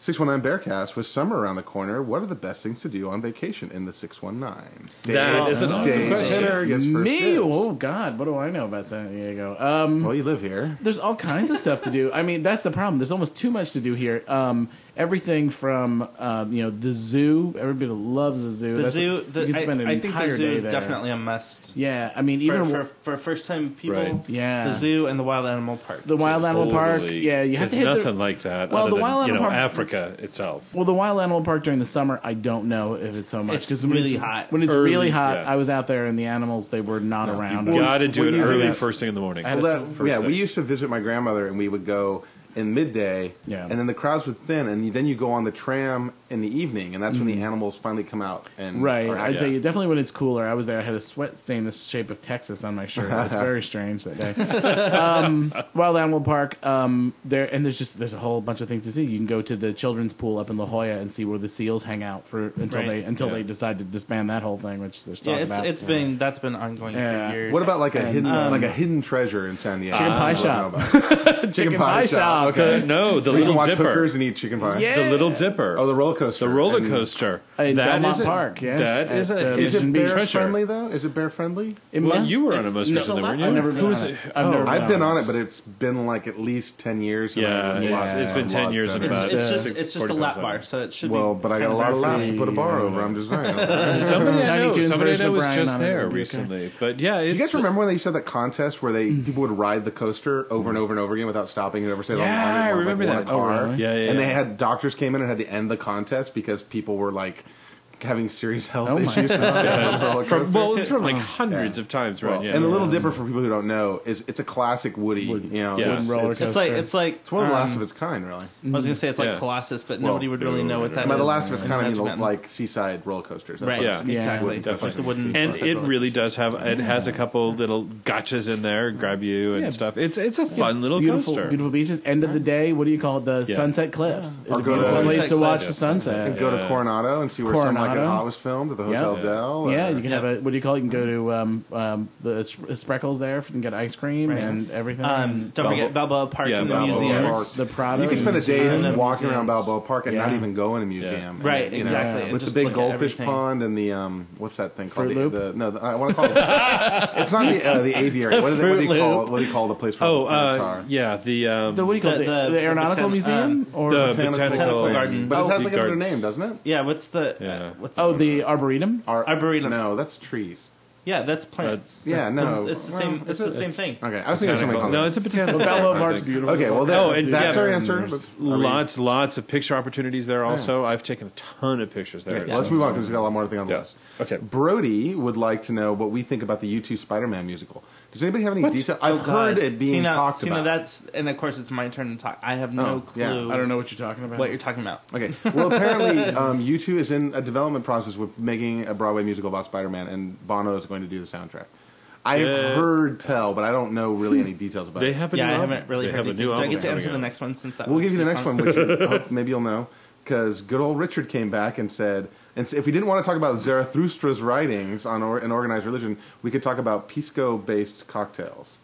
619 Bearcast, with summer around the corner, what are the best things to do on vacation in the 619?
That is an awesome
Dave
question.
Penner gets first
Me?
dibs.
Oh God, what do I know about San Diego? Um,
Well, you live here.
there's all kinds of stuff to do. I mean, that's the problem. There's almost too much to do here. Um, everything from um, you know the zoo. Everybody loves the zoo.
The
That's-
zoo. The,
you can spend
I,
an
I think
entire
the zoo
day
is
there.
definitely a must.
Yeah, I mean,
For,
even
for, for first time people,
Right.
Yeah.
the zoo and the wild animal park.
the wild animal park. Yeah, you have
There's
to hit
nothing
the,
like that.
Well,
other
the
than,
Wild
you
Animal
know,
Park-
Africa itself.
Well, the wild animal park during the summer, I don't know if it's so much
It's
when
really
it's-
hot.
When it's
Early,
really hot,
yeah.
I was out there and the animals they were not around.
Well,
Got to do
what
it
do you do
early,
is-
first thing in the morning.
I had a-
Well, that,
first
yeah,
thing.
we used to visit my grandmother, and we would go in midday,
Yeah.
and then the crowds would thin, and then you go on the tram in the evening, and that's when the animals finally come out. And
Mm. Right,
are
I'd
happy.
tell you definitely when it's cooler. I was there. I had a sweat stain the shape of Texas on my shirt. It was very strange that day. Um, Wild Animal Park. Um, there and there's just there's a whole bunch of things to see. You can go to the children's pool up in La Jolla and see where the seals hang out for until
Right.
they until
Yeah.
they decide to disband that whole thing, which there's
Yeah,
talk
it's
about.
it's been that's been ongoing
Yeah.
for years.
What about like a hidden,
um,
like a hidden treasure in San Diego?
Chicken pie
I don't
shop.
know about.
chicken,
pie shop,
Okay.
The- no, the
Or you can
Little
watch
Dipper.
hookers and eat chicken pie.
Yeah.
The Little Dipper.
Oh, the roller coaster.
the roller
And-
coaster.
In
That
Belmont
isn't-
Park, yes,
That
at,
is a-
uh,
Is
it's-
it
Mission Beach
bear
Treasure.
friendly though? Is it bear friendly?
It
well,
must-
you were on it
it's-
most
no,
recently,
allowed.
weren't you?
I've never
Who
been. on
was
it.
it?
I've
Oh.
never
I've been on it,
this.
but it's been like at least ten years. and I
Yeah,
was a
it's,
lot-
it's been
a
ten
lot
years and
better.
about.
It's, it's just
six-
it's just a
40
lap
minutes
bar,
on.
so it should
Well,
be.
but I got
kind
a lot of laps
fascinating.
to put a bar over. I'm just saying.
Somebody I
Tiny
know,
Toons
somebody I
version
know
of
was
Brian
just
on it.
there
Okay.
recently, but yeah, it's,
Do you guys remember when they used to have that contest where they people would ride the coaster over and over and over again without stopping and ever say, "Oh,
Yeah, I remember that.
like, Won a
Oh,
car.
really? Yeah, yeah,
And they
yeah.
had doctors came in and had to end the contest because people were like having serious health
Oh my
issues. from stopping on the roller
From,
coaster.
well, it's from like hundreds of times, right?
Well,
yeah,
and the Little Dipper, for people who don't know, is it's a classic Woody. you know,
yeah.
it's,
Wooden
roller
it's,
coaster.
It's like it's like
it's one of the last
um,
of its kind, really.
I was gonna say it's like
Yeah.
Colossus, but
Well,
nobody would really know what that
By
is.
the last of its
in
kind, I mean
Magic
like seaside roller coasters.
Mountain. right?
Yeah.
Yeah, exactly.
Yeah.
It's like the wooden
and
Colossus
it
roller.
really does have it has a couple little gotchas in there grab you and
Yeah.
stuff it's it's a fun little
beautiful,
coaster
beautiful beaches. End of the day, what do you call it? The
Yeah.
sunset cliffs. It's
Or
a
go to-
beautiful place to
Sunset
watch the
Cliffs.
And
sunset.
go to Coronado and see where like
Coronado.
how it was filmed at the Hotel
yeah.
Del.
Yeah,
or-
you can
Yeah.
have a what do you call it? You can go to um, um, the S- Spreckles there and get ice cream
Right.
and everything.
Um, don't
Balboa-
forget Balboa Park
Yeah,
and the
Balboa
museum.
Park.
the Prado.
You can spend a day
Yeah.
just walking
Museums.
around Balboa Park and not
Yeah.
even go in a museum. And,
Right,
you know,
exactly. And
with the
just
big
look at
goldfish
everything.
pond and the um, what's that thing called?
Fruit
the,
Loop?
the no, the, I want to call it. it's not the uh, the aviary. What do they, what do
Fruit
you call
Loop.
what do you call the place where
Oh,
the plants
uh,
are?
yeah, the um,
the what do you call
The-
it?
the-
The,
the uh,
Aeronautical
botan-
Museum or
the
the,
botanical,
Botanical garden.
But
Oh,
it has
the
like another
gardens.
name, doesn't it?
Yeah, what's the
Yeah.
uh, what's
oh the arboretum.
Ar-
Arboretum.
No, that's trees.
yeah that's plants.
Yeah, no,
it's, it's the
well,
same. It's, the same thing.
Okay, I was thinking of something
Botanical-
called.
No, it's a botanical.
Well, Balboa
garden, I
Park's
think.
beautiful.
okay. Well, that,
Oh, and
that's
yeah,
our answer.
there's
but- I mean,
Lots, lots of picture opportunities there. Also, I've taken a ton of pictures
Okay,
there.
well, let's move on because we've got a lot more things on the
Yeah.
list.
Okay.
Brody would like to know what we think about the U2 Spider Man musical. Does anybody have any detail? I've
Oh, God.
heard it being
See, now-
talked
see, now
about.
that's and of course it's my turn to talk. I have no
Oh, yeah.
clue.
I don't know what you're talking about.
what you're talking about.
Okay. Well, apparently, um, U2 is in a development process with making a Broadway musical about Spider Man, and Bono is going to do the soundtrack. I have
Yeah.
heard tell, but I don't know really any details about
They
it.
have a
Yeah,
new
I
album.
haven't really
They
heard
have a
anything. Do
new
I
album.
get to
coming
answer the
out.
next one since that?
We'll
was
give you the
too
next
long?
one, which you, hope, maybe you'll know, because good old Richard came back and said, and s- if we didn't want to talk about Zarathustra's writings on or, an organized religion, we could talk about pisco-based cocktails.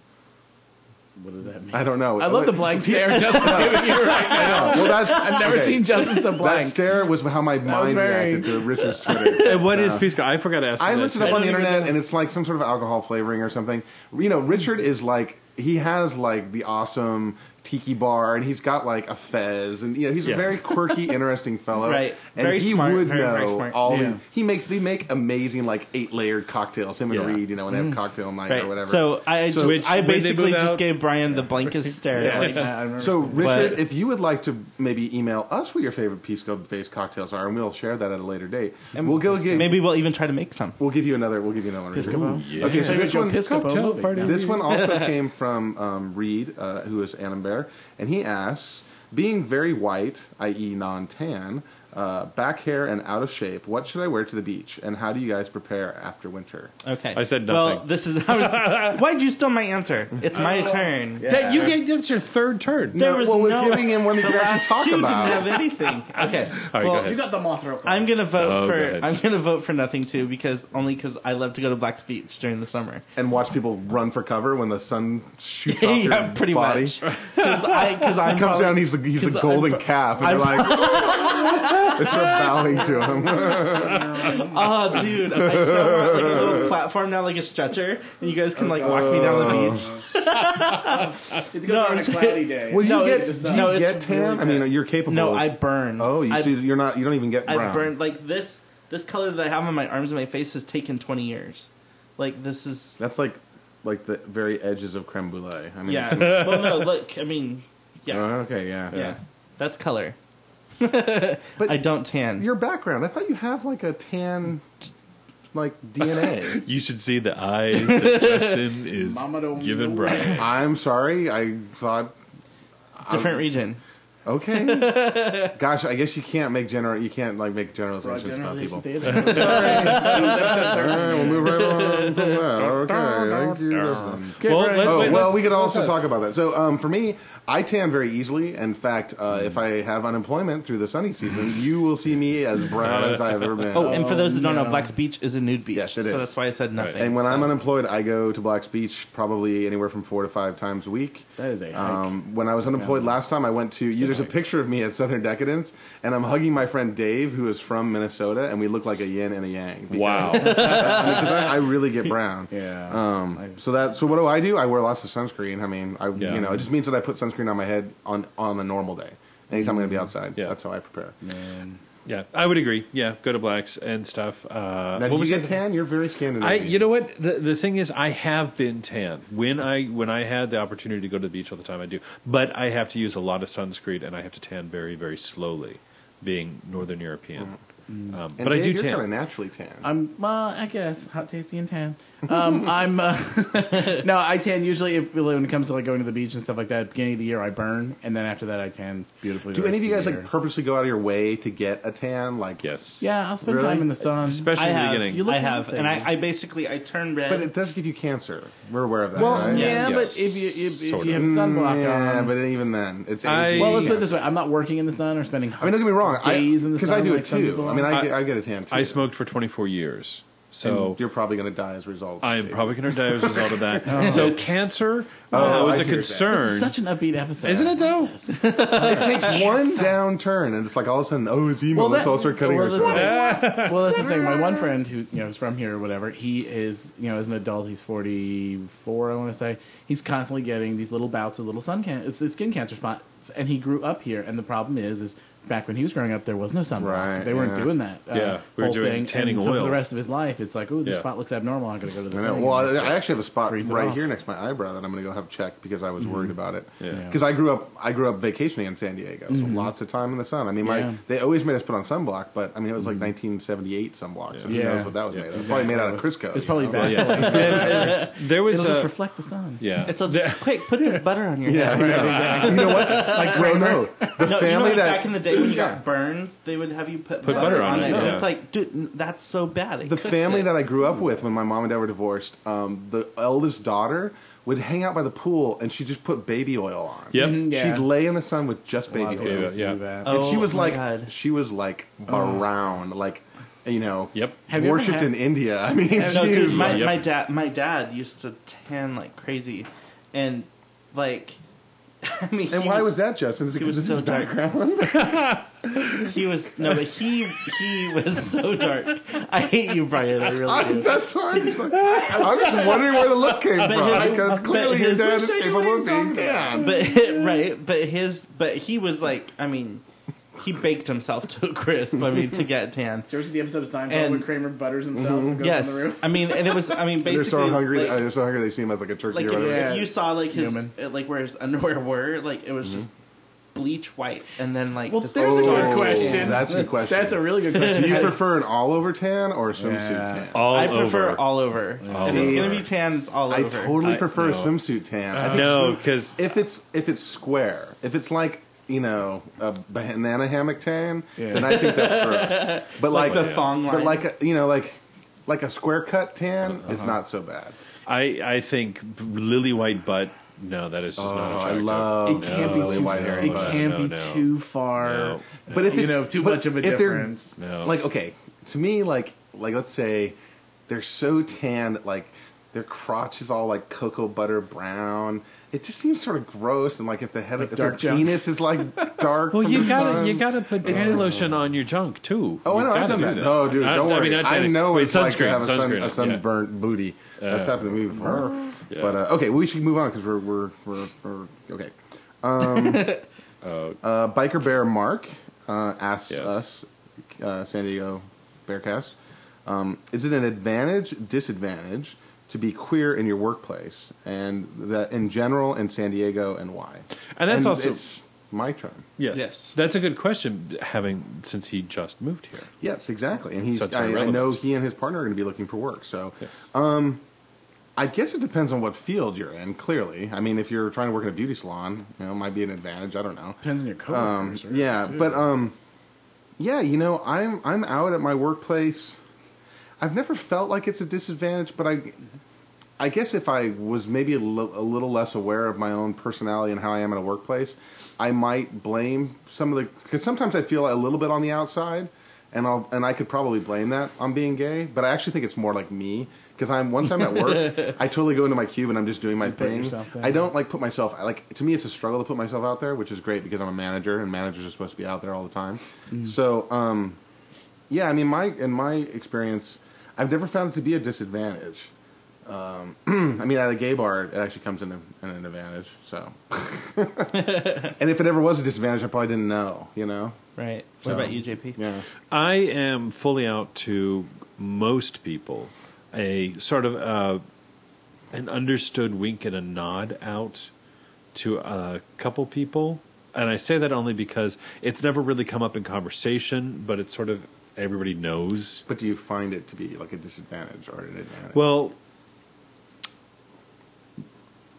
what does that mean?
I don't know.
I love the blank stare Justin's giving you right now.
Well, that's
I've never
okay.
seen Justin so
that
blank.
stare was how my mind
very-
reacted to Richard's Twitter.
And what is Peace Corps? I forgot to ask.
Uh, I
you that
looked it
too.
up on the
even
internet, and it's like some sort of alcohol flavoring or something. You know, Richard is like he has like the awesome tiki bar, and he's got like a fez, and you know he's a
Yeah.
very quirky, interesting fellow.
Right.
and
Very
he
smart,
would
very,
know
very smart.
all.
Yeah.
The, he makes they make amazing like eight layered cocktails. Him and
Yeah.
Reed, you know, and have cocktail night
Right.
or whatever.
So I
So-
just,
Which-
I
when they
basically
move
just
out-
gave Brian the blankest stare.
Yeah.
Like,
Yeah, I remember
So,
seeing
Richard,
But-
if you would like to maybe email us what your favorite Pisco based cocktails are, and we'll share that at a later date. And we'll go give,
maybe we'll even try to make some.
we'll give you another. We'll give you another. reason.
Piscopo.
yeah.
Okay, so
Favorite
this
Joe
one,
Piscopo
cocktail
movie.
party.
No.
this one also came from um, Reed, uh, who is Annenbear, and he asks, being very white, i.e., non-tan, uh, back hair and out of shape, what should I wear to the beach, and how do you guys prepare after winter?
Okay.
I said
Well,
nothing.
this is. I was, why'd you steal my answer? It's my
Oh.
turn.
That you get that's your third turn.
There
No,
was
well, we're
no-
giving him one that you guys should talk
You didn't
about.
have anything. Okay.
All right, go
well,
ahead.
You got the Mothra.
I'm gonna vote
Oh,
for.
go ahead.
I'm gonna vote for nothing too because only because I love to go to Black Beach during the summer.
And watch people run for cover when the sun shoots off your
yeah, pretty
body.
much. Because I because I'm
comes
probably-
down, he's the, he's the
'cause
golden
I'm-
calf, and you're like, they start bowing to him.
Oh, dude, I still want like a little platform now, like a stretcher, and you guys can like walk me down the
Oh.
beach.
It's
No,
going on
I'm
a
saying-
cloudy day.
Well, you
No,
get,
it's-
do you
no, it's
get tan?
really
I mean,
good.
you're capable.
No,
of,
I burn.
Oh, you
I,
see, you're not. You don't even get
I
brown.
burn like this. This color that I have on my arms and my face has taken twenty years. Like this is
That's like, like the very edges of creme brulee. I mean,
yeah.
it's-
well, no, look, I mean, yeah,
Oh, okay, yeah,
yeah, that's color.
But
I don't tan.
your background. I thought you have like a tan, like DNA.
You should see the eyes that Justin is
Mama don't
giving
know.
Brian.
I'm sorry. I thought.
Different region.
Okay. Gosh, I guess you can't make general. You can't like make generalizations about people. All right, we'll move right on from that. Okay, thank you. Justin.
Well, let's-
Oh,
wait,
well,
let's-
we could also
let's-
talk about that. So, um, for me, I tan very easily. In fact, uh, if I have unemployment through the sunny season, you will see me as
Uh,
brown as I have ever been.
Oh, and for those that don't
no.
know, Black's Beach is a nude beach.
Yes, it is.
So that's why I said nothing.
Right.
and when
so.
I'm unemployed, I go to Black's Beach probably anywhere from four to five times a week.
That is a hike.
Um, when I was unemployed last time, I went to. You, there's a picture of me at Southern Decadence, and I'm hugging my friend Dave, who is from Minnesota, and we look like a yin and a yang. because-
Wow.
I, mean, 'cause I, I really get brown.
Yeah.
Um, so that so what do I do? I wear lots of sunscreen. I mean, I
Yeah.
you know it just means that I put sunscreen on my head on on a normal day. Anytime I'm going to be outside,
Mm. Yeah.
that's how I prepare.
yeah, I would agree. Yeah, go to blacks and stuff. Uh,
Now,
what
do you
was
get
it?
tan? You're very
I,
Scandinavian.
you know what? The the thing is, I have been tan when I when I had the opportunity to go to the beach all the time. I do, but I have to use a lot of sunscreen and I have to tan very very slowly, being Northern European. Um,
Mm-hmm. And
but I
Dave,
do
you're kind of
tan.
naturally tan.
I'm well, I guess hot, tasty, and tan. Um, I'm uh, no, I tan usually if, when it comes to like going to the beach and stuff like that. beginning of the year, I burn, and then after that, I tan beautifully. the
do any
rest
of you guys
the
like
year.
purposely go out of your way to get a tan? Like
Yes.
yeah, I'll spend
Really?
time in the sun,
Especially
I
in the
have,
beginning.
You look
I have,
healthy.
and I, I basically I turn red.
But it does give you cancer. We're aware of that.
Well,
right? Mm,
yeah,
Yeah.
but if you if, if
Sort
you
of. Mm,
have sunblock
Yeah,
on,
but even then, it's.
I-
aging.
well, let's put
Yeah.
it this way: I'm not working in the sun or spending.
I mean, don't get me wrong.
Days in the
Because I,
sun
do
like
it
some
too.
people
I
are.
mean, mean, I,
I-
get, I get a tan too.
I smoked for 24 years.
And
So
you're probably going to die as a result.
I am
David.
probably going to die as a result of that. So cancer
Oh,
uh,
I
was a
see what you're saying.
This is
concern.
such an upbeat episode,
Isn't it, though?
Yes.
It takes one downturn, and it's like all of a sudden, oh, it's emo.
Well,
Let's
that-
all start cutting
well, that's-
ourselves.
well, that's the thing. My one friend who you know is from here or whatever, he is you know as an adult, he's forty four. I want to say he's constantly getting these little bouts of little sun can- it's- it's skin cancer spots, and he grew up here. And the problem is, is back when he was growing up, there was no sunblock.
Right,
they weren't
yeah.
doing that. uh,
Yeah, we were
whole
doing
thing.
tanning
and so
oil.
for the rest of his life, it's like, oh, this
Yeah.
spot looks abnormal. I'm gonna go to the.
I know.
thing.
Well, I, I actually have a spot
Freeze it
right
off. Mm-hmm.
here next to my eyebrow that I'm going to go have checked because I was worried about it.
Yeah.
Because I grew up, I grew up vacationing in San Diego, so lots of time in the sun. I mean, my,
Mm-hmm. Yeah. Mm-hmm.
they always made us put on sunblock, but I mean, it was like 1978 sunblock, so who
Yeah.
knows what that was
Yeah.
made. It was probably made out of
It's-
Crisco.
It's
you
probably
know?
Well,
bad.
yeah. There- there was
It'll
a
just reflect the sun.
yeah.
It's all just quick. Put this butter on your
Yeah,
head.
I know. you know what? Like, well, no, the
No, you know,
family
like,
that
back in the day when you
Yeah.
got burns, they would have you put,
Put butter on it,
And
yeah.
It's like, dude, n- that's so bad. It
the
cooks
family
it.
that I grew up with when my mom and dad were divorced, um, the eldest daughter would hang out by the pool and she just put baby oil on.
Yep.
Mhm, yeah.
She'd lay in the sun with just
A lot
baby
of
Um, oil.
people
Yeah.
do that.
Oh.
And she was
my
like
God.
she was like around like you know
Yep.
Have you ever
worshipped
had-
in India. I mean she
no, dude,
was
my,
like-
Yep.
my dad, my dad used to tan like crazy, and like, I mean,
And
he
why was that, Justin? Is it
he
because of
was
his
so dark.
background?
He was no, but he he was so dark. I hate you, Brian. I really do.
That's why I'm, like, I'm just wondering where the look came from
his-
because
but
clearly your
his-
dad is
I know
capable
what
of
he's
being
talking about.
tan.
But right, but his, but he was like, I mean, he baked himself to a crisp. I mean, to get tan.
There was the episode of Seinfeld
And-
when Kramer butters himself and goes on the
Yes,
roof.
I mean, and it was, I mean, basically,
They're so hungry.
like-
they're so hungry. They seem as like a turkey.
like if,
or whatever.
Yeah.
if you saw like his
Newman.
uh, like where his underwear were like it was just bleach white and then like
Well,
this
there's a good
Oh,
question.
that's a good question.
That's a really good
Do
question.
you prefer an all over tan or a swimsuit
Yeah.
tan?
All
I prefer
over.
all over.
All
if it's
over.
gonna be tan, it's all
I
over.
totally
I- no.
prefer
Uh,
swimsuit tan. I think
no, because
if it's if it's square, if it's like you know a banana hammock tan,
Yeah.
then I think that's gross. But like,
Like the thong
but
line.
like a, you know like like a square cut tan is not so bad.
I I think lily white butt. No, that is just
Oh,
not
I
attractive.
love
it can't
lily
be too.
white
Far.
hair.
It
but-
can't
No,
be
no.
too far.
No.
But if
you
it's,
know, too
but
much of a
if they're-
difference.
No.
Like okay, to me, like like let's say they're so tan that like their crotch is all like cocoa butter brown. It just seems sort of gross, and like if the head, if their
dark junk.
penis is like dark.
Well,
from
you
the
gotta
sun.
you gotta put tan lotion on your junk too.
Oh, I
You
know, I've
gotta
done
do
that. No, dude,
I-
don't
I
worry. I,
mean, not tanning.
know
Wait,
it's like to
sunscreen,
have a, sun,
sunscreen,
a sunburnt booty. That's
Yeah.
happened to me before.
Yeah.
But uh, okay, we should move on because we're, we're we're we're okay. Um, uh, biker bear Mark uh, asks
Oh. Yes.
us, uh, San Diego Bearcast, um, is it an advantage disadvantage to be queer in your workplace and that in general in San Diego and why?
And that's also-
it's my turn.
Yes.
Yes.
That's a good question. Having since he just moved here.
Yes, exactly. And he's
So it's very
I, I
relevant.
know he and his partner are going to be looking for work. So um,
Yes.
I guess it depends on what field you're in. Clearly, I mean, if you're trying to work in a beauty salon, you know, it might be an advantage. I don't know.
Depends on your coat.
Um, yeah, but um, yeah, you know, I'm I'm out at my workplace. I've never felt like it's a disadvantage, but I, I guess if I was maybe a li- a little less aware of my own personality and how I am in a workplace, I might blame some of the because sometimes I feel a little bit on the outside, and I'll and I could probably blame that on being gay, but I actually think it's more like me. Because I'm once I'm at work, I totally go into my cube and I'm just doing my
put
thing.
yourself there.
I don't like put myself I like to me it's a struggle to put myself out there, which is great because I'm a manager and managers are supposed to be out there all the time.
Mm.
So, um, yeah, I mean, my in my experience, I've never found it to be a disadvantage. Um, I mean, at a gay bar, it actually comes in, a, in an advantage. So, and if it ever was a disadvantage, I probably didn't know. You know?
Right. What
So-
about you, JP?
Yeah.
I am fully out to most people a sort of uh, an understood wink and a nod out to a couple people. And I say that only because it's never really come up in conversation, but it's sort of everybody knows.
But do you find it to be like a disadvantage or an advantage?
Well,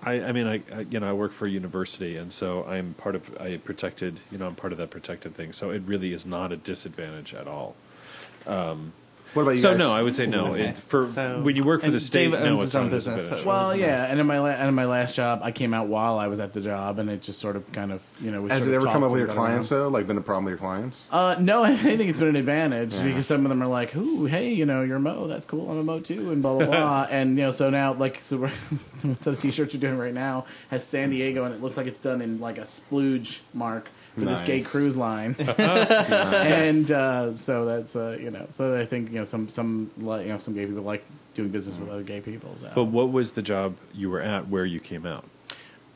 I, I mean, I, I you know I work for a university, and so I'm part of I protected you know I'm part of that protected thing. So it really is not a disadvantage at all. Um,
What about you
so
guys?
no, I would say no.
Okay.
It, for
So-
when you work for
and
the state,
Dave owns
no, it's
his own
not as a
business,
benefit.
so-
Well, yeah, and in my la- and in my last job, I came out while I was at the job, and it just sort of kind of you know. we
Has
sort
it
of
ever come
talked
up with your
and got
clients
around.
though? Like been a problem with your clients?
Uh, no, I think it's been an advantage
Yeah.
because some of them are like, "Ooh, hey, you know, you're Mo. That's cool. I'm a Mo too," and blah blah blah. and you know, so now like so we're so the t-shirt you're doing right now has San Diego, and it looks like it's done in like a splooge mark for this gay
Nice.
cruise line. and uh, so that's uh, you know, so I think you know some some like, you know some gay people like doing business with other gay people. So.
Mm. But what was the job you were at where you came out?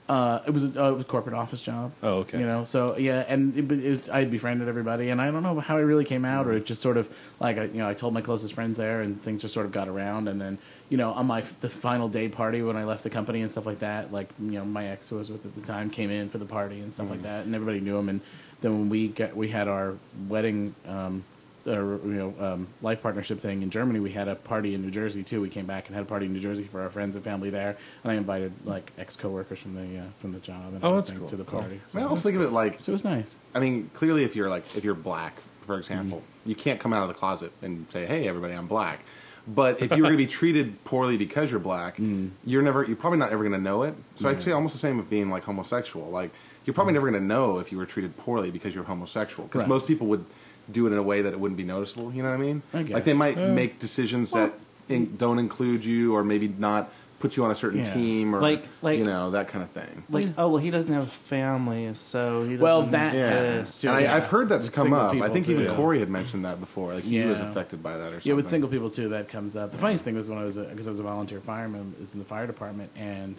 Uh, it was a, uh, it was a corporate office job.
Oh, okay.
You know, so yeah, and it, but it's I befriended everybody, and I don't know how I really came out, or it just sort of like I, you know I told my closest friends there, and things just sort of got around, and then you know on my the final day party when I left the company and stuff like that, like you know my ex who I was with at the time came in for the party and stuff like
Mm.
that, and everybody knew him, and then when we got we had our wedding. Um, or you know, um, life partnership thing in Germany. We had a party in New Jersey too. We came back and had a party in New Jersey for our friends and family there, and I invited like ex coworkers from the uh, from the job and
Oh, that's
everything
cool.
to the
Cool.
party.
I mean, I also think of it like
So it was nice.
I mean, clearly, if you're like if you're black, for example,
Mm-hmm.
you can't come out of the closet and say, "Hey, everybody, I'm black." But if you're going to be treated poorly because you're black,
Mm.
you're never you're probably not ever going to know it. So I'd say almost the same of being like homosexual. Like you're
Mm.
probably never going to know if you were treated poorly because you're homosexual because
Correct.
most people would do it in a way that it wouldn't be noticeable. You know what I mean?
I
Like they
guess.
might make decisions that in, don't include you or maybe not put you on a certain
Yeah.
team or
Like- like-
you know that kind of thing.
Like, oh well, he doesn't have a family, so he doesn't
Well, that
Yeah,
happens too.
and I,
yeah.
I've heard that's
With
come
single
up. I
people,
think
too.
even
yeah.
Corey had mentioned that before. Like he was
Yeah.
affected by that or something.
Yeah, with single people too, that comes up. The funniest thing was when I was because I was a volunteer fireman, it's in the fire department, and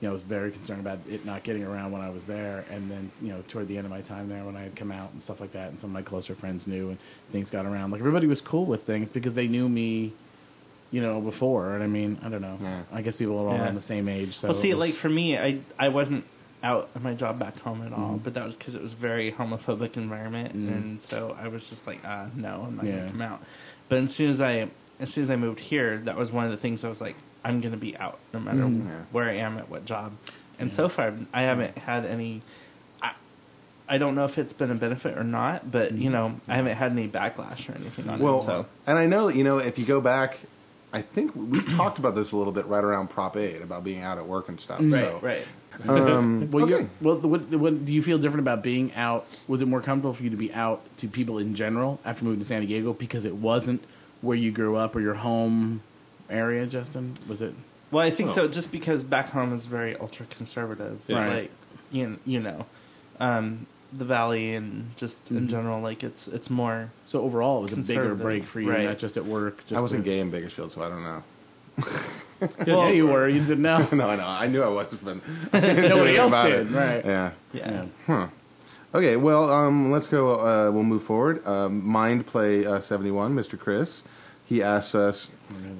you know I was very concerned about it not getting around when I was there. And then you know toward the end of my time there, when I had come out and stuff like that, and some of my closer friends knew, and things got around. Like everybody was cool with things because they knew me, you know, before. And I mean, I don't know.
Yeah.
I guess people are all
Yeah.
around the same age. So
well, see,
it was-
like for me, I I wasn't out of my job back home at all, but that was because it was a very homophobic environment, and so I was just like, uh, no, I'm not
Mm. Yeah.
gonna come out. But as soon as I as soon as I moved here, that was one of the things I was like, I'm gonna be out no matter
Mm. Yeah.
where I am at what job. And so far, I haven't had any. I, I don't know if it's been a benefit or not, but
Mm.
you know, I haven't had any backlash or anything on
Well,
it. So
and I know that you know if you go back, I think we've talked about this a little bit right around Prop Eight about being out at work and stuff.
right,
so,
right.
Um,
Well,
okay.
you well, what, what do you feel different about being out? Was it more comfortable for you to be out to people in general after moving to San Diego because it wasn't where you grew up or your home area, Justin? Was it?
Well, I think
Oh.
so, just because back home is very ultra conservative,
Yeah.
Right.
like you you know, um, the valley and just
Mm-hmm.
in general, like it's it's more.
So overall, it was a bigger
Conservative,
break for you,
right.
not just at work. Just
I wasn't
to-
gay in Bakersfield, so I don't know.
Yeah,
Well-
you were. You just didn't know.
no, I know. I knew I was, but
Nobody else
about
did,
it.
right?
yeah.
Yeah.
Okay, well, um, let's go. Uh, we'll move forward. Um, Mind Play uh, 71, Mr. Chris. He asks us,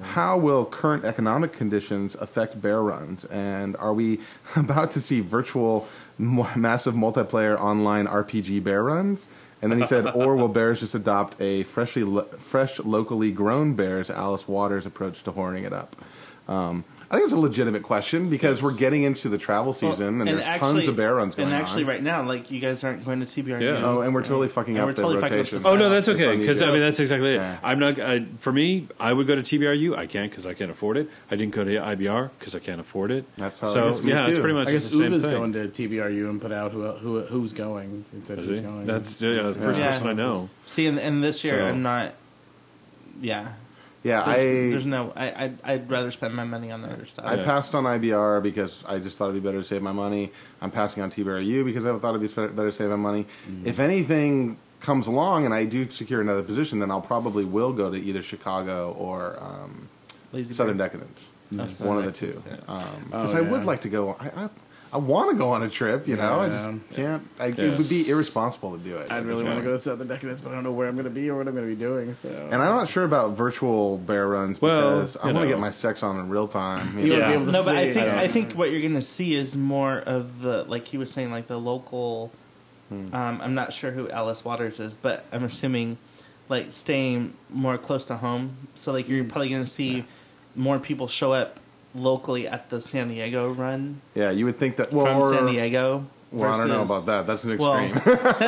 how will current economic conditions affect bear runs? And are we about to see virtual m- massive multiplayer online RPG bear runs? And then he said, or will bears just adopt a freshly lo- fresh, locally grown bears Alice Waters approach to horning it up? Um, I think it's a legitimate question because we're getting into the travel season and, there's tons of bear runs going
And
on.
actually, right now, like you guys aren't going to TBR.
Yeah.
Oh, and we're totally fucking
And
up
we're
the
totally fucking up
rotation.
the-
Oh no, that's
It's
okay
on
because I
YouTube.
mean that's exactly it.
Yeah.
I'm not uh, for me. I would go to TBRU. I can't because I can't afford it. I didn't go to IBR because I can't afford it.
That's how- I
so
guess me
yeah, it's
too.
pretty much
I
just
guess
the same
Uva's
thing.
going to TBRU and put out who, who who's going. It said
Is
who's
he?
going.
That's yeah, the first
Yeah.
person I know.
See, and, and this year
So-
I'm not. Yeah.
Yeah,
There's, there's
I
no. I I'd, I'd rather spend my money on the other stuff.
I
Yeah.
passed on IBR because I just thought it'd be better to save my money. I'm passing on TBRU because I thought it'd be spe- better to save my money. If anything comes along and I do secure another position, then I'll probably will go to either Chicago or um,
Lazy
Southern
Bear.
Decadence.
Nice.
One of the two.
Decadence,
Because
Oh,
yeah.
I
yeah.
would like to go. I, I, I want to go on a trip, you know. I just
Yeah.
can't. I,
Yeah.
It would be irresponsible to do it.
I
at
really
this
want to
point.
go to Southern Decadence, but I don't know where I'm going to be or what I'm going to be doing. So
And I'm not sure about virtual bear runs
Well,
because I
you
want to
know.
get my sex on in real time. you
You
know?
won't be
Yeah.
able to
no, but I
see.
think
um,
Yeah.
I think what you're gonna see is more of the like he was saying, like the local.
Hmm.
Um, I'm not sure who Alice Waters is, but I'm assuming like staying more close to home. So like
Hmm.
you're probably gonna see more people show up locally at the San Diego run
Yeah, you would think that. Well,
from
or,
San Diego.
Well, I don't know
versus-
about that. That's an
Well,
extreme.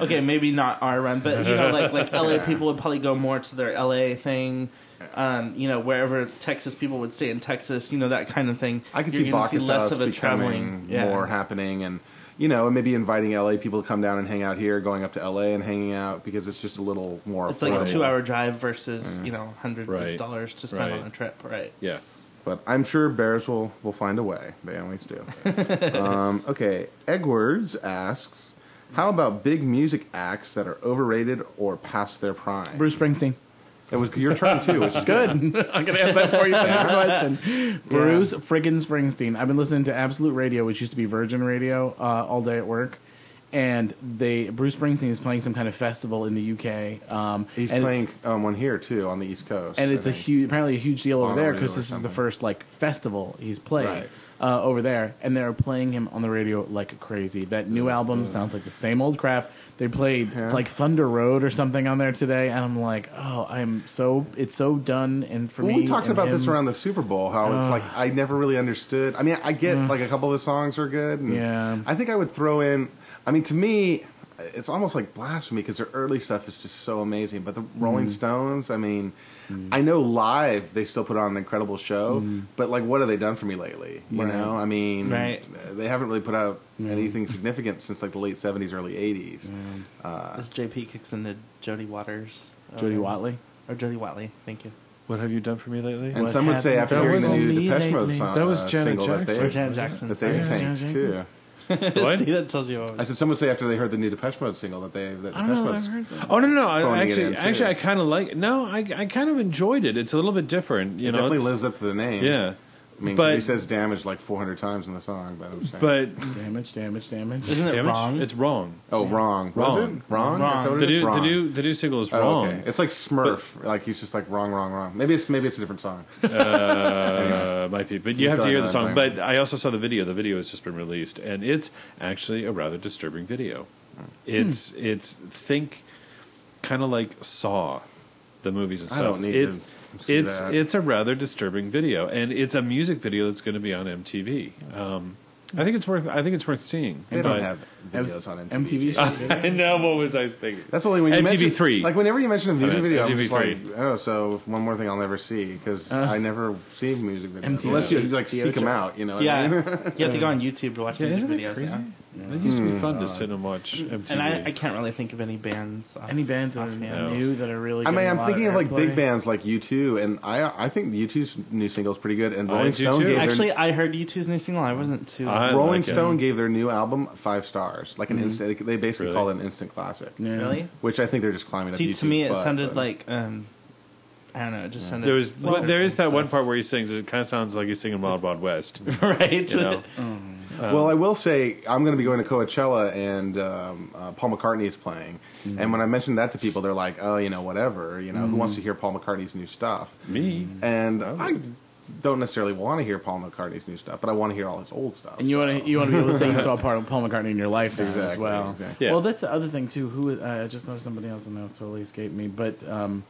okay, maybe not our run, but you know, like like LA people would probably go more to their LA thing. Um, you know, wherever Texas people would stay in Texas, you know that kind of thing.
I can
You're
see
gonna
Bacchus House becoming
yeah.
more happening, and you know, and maybe inviting LA people to come down and hang out here, going up to LA and hanging out because it's just a little more.
It's like
affordable.
a two-hour drive
Mm.
versus you know hundreds
Right.
of dollars to spend
Right.
on a trip, right?
Yeah.
but I'm sure bears will will find a way. They always do. um, okay, Edwards asks, "How about big music acts that are overrated or past their prime?"
Bruce Springsteen.
It was your turn too, which is
Good. I'm gonna answer that for you. Next question. Bruce friggin' Springsteen. I've been listening to Absolute Radio, which used to be Virgin Radio, uh, all day at work. And they Bruce Springsteen is playing some kind of festival in the UK. Um,
He's
and
playing
it's,
um, one here too on the East Coast,
and
I
it's a
think.
huge, apparently a huge deal over there
Honolulu
because
or
this is the
something.
first like festival he's playing
Right.
uh, over there, and they're playing him on the radio like crazy. That new album sounds like the same old crap. They played
Yeah.
like Thunder Road or something on there today, and I'm like, oh, I'm so it's so done. And for
Well,
me,
we talked
and
about this
him-
around the Super Bowl. How it's like I never really understood. I mean, I get like a couple of his songs are good. And
Mm. Yeah.
I think I would throw in. I mean, to me, it's almost like blasphemy because their early stuff is just so amazing. But the Rolling
Mm.
Stones, I mean, I know live they still put on an incredible show. But like, what have they done for me lately? You
Mm. Right. Mm.
know, I mean,
Right.
they haven't really put out anything significant since like the late seventies, early eighties. Uh.
As JP kicks into Jody Waters,
Jody
um,
Watley.
or Jody Watley. Thank you.
What have you done for me lately?
And
What
some would say
happened-
after
That
hearing
was
the new
only
Depeche Mode
lately.
song,
That was
uh,
Janet
single that
Jackson.
they
Or
Janet Jackson.
that they
Yeah,
sang
Janet Jackson.
too.
What?
See, that tells you. all.
I said someone say after they heard the new Depeche Mode single that they that
I don't
Depeche
know.
Mode's
I've heard that.
Oh no, no, no! I,
Phoning it
actually,
in, too.
actually, I kind of like. No, I, I kind of enjoyed it. It's a little bit different, you
it
know.
definitely
it's-
lives up to the name.
Yeah,
I mean,
but-
he says damage like 400 times in the song, but I'm saying,
but
Damage, damage, damage.
Isn't it
damage?
wrong?
It's wrong.
oh, wrong, was
Wrong.
it wrong?
Wrong.
Is that what
The
it is?
new, the
Wrong.
new, the new single is
Oh,
wrong.
okay. It's like Smurf. like he's just like wrong, wrong, wrong. Maybe it's maybe it's a different song.
uh, might be, but you
It's
have to
on
hear the
that
song.
thing.
But I also saw the video. The video has just been released, and it's actually a rather disturbing video.
Hmm.
It's it's think kind of like Saw, the movies and
I
stuff.
don't need
It-
to see
it's
that.
it's a rather disturbing video, and it's a music video that's going to be on MTV. Um, I think it's worth. I think it's worth seeing.
They don't
but-
have videos on MTV.
MTV. show.
I know what was I thinking?
That's only when you mention-
MTV3.
Like whenever you mention a music
meant
video, I'm just like,
MTV3.
oh, so one more thing I'll never see because
Uh-huh.
I never see music videos
MTV.
unless you like seek
Yeah.
them out. You know, what I
yeah,
mean?
you have to go on YouTube to watch
Yeah,
music
isn't
videos.
that crazy?
now.
It used to be fun to sit and watch MTV.
And I, I can't really think of any bands. Off,
Any bands that are
offhand.
new that are really?
I mean,
getting a
I'm
lot
thinking of like big
airplay?
bands like U2, and I I think the U2's new single's pretty good. And
I
Rolling
like
Stone
U2.
gave their,
Actually, I heard U2's new single. I wasn't too.
I
Rolling
like it.
Stone gave their new album five stars, like an instant. They basically
Really?
call it an instant classic,
Yeah.
really.
which I think they're just climbing up.
See,
U2's
to me, it
butt,
sounded
but-
like um, I don't know. It just sounded.
There was
Well,
there is that
so-
one part where he sings. It kind of sounds like he's singing Wild Wild West.
right?
You know, Uh,
well, I will say I'm going to be going to Coachella, and um, uh, Paul McCartney is playing. And when I mentioned that to people, they're like, "Oh, you know, whatever. You know, who wants to hear Paul McCartney's new stuff?"
me.
And I don't necessarily want to hear Paul McCartney's new stuff, but I want to hear all his old stuff.
And you want to you want to be able to say you saw part of Paul McCartney in your life as
Exactly,
well.
exactly.
Yeah.
Well, that's the other thing too. Who is- I just noticed somebody else, and now it's totally escaped me. But um,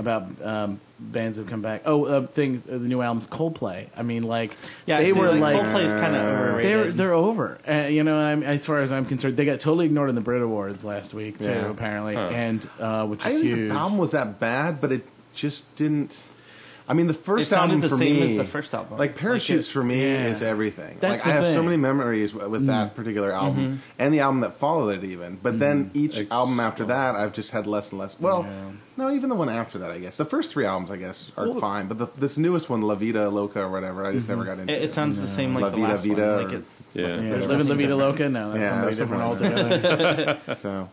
about um, bands have come back. Oh, uh, things uh, the new albums Coldplay. I mean, like
Yeah,
they
see,
were like.
Coldplay's kind of
they're
overrated.
they're over, uh, you know. I'm, as far as I'm concerned, they got totally ignored in the Brit Awards last week too,
Yeah.
apparently,
Huh.
and uh, which
I
is
didn't
huge.
think the album was that bad, but it just didn't. I mean, the
it
first
sounded
album
the
for
same
me,
as the first album.
like parachutes
it-
for me
yeah.
is everything.
That's
like
the
I have so
thing.
many memories w- with
Mm-hmm.
that particular album and the album that followed it, even. But then
Mm-hmm.
each
Ex-
album after that, I've just had less and less. Well,
Yeah.
no, even the one after that, I guess. The first three albums, I guess, are
Well-
fine. But the, this newest one, La Vida Loca or whatever, I just never got into.
Mm-hmm. it, it sounds the same like
La
the
Vida
last
Vida
one. Like
or-
it's,
Yeah.
yeah,
There's
Living La
nothing
Vida
different.
Loca. No, that's
Yeah,
somebody
something
different
like
altogether.
So,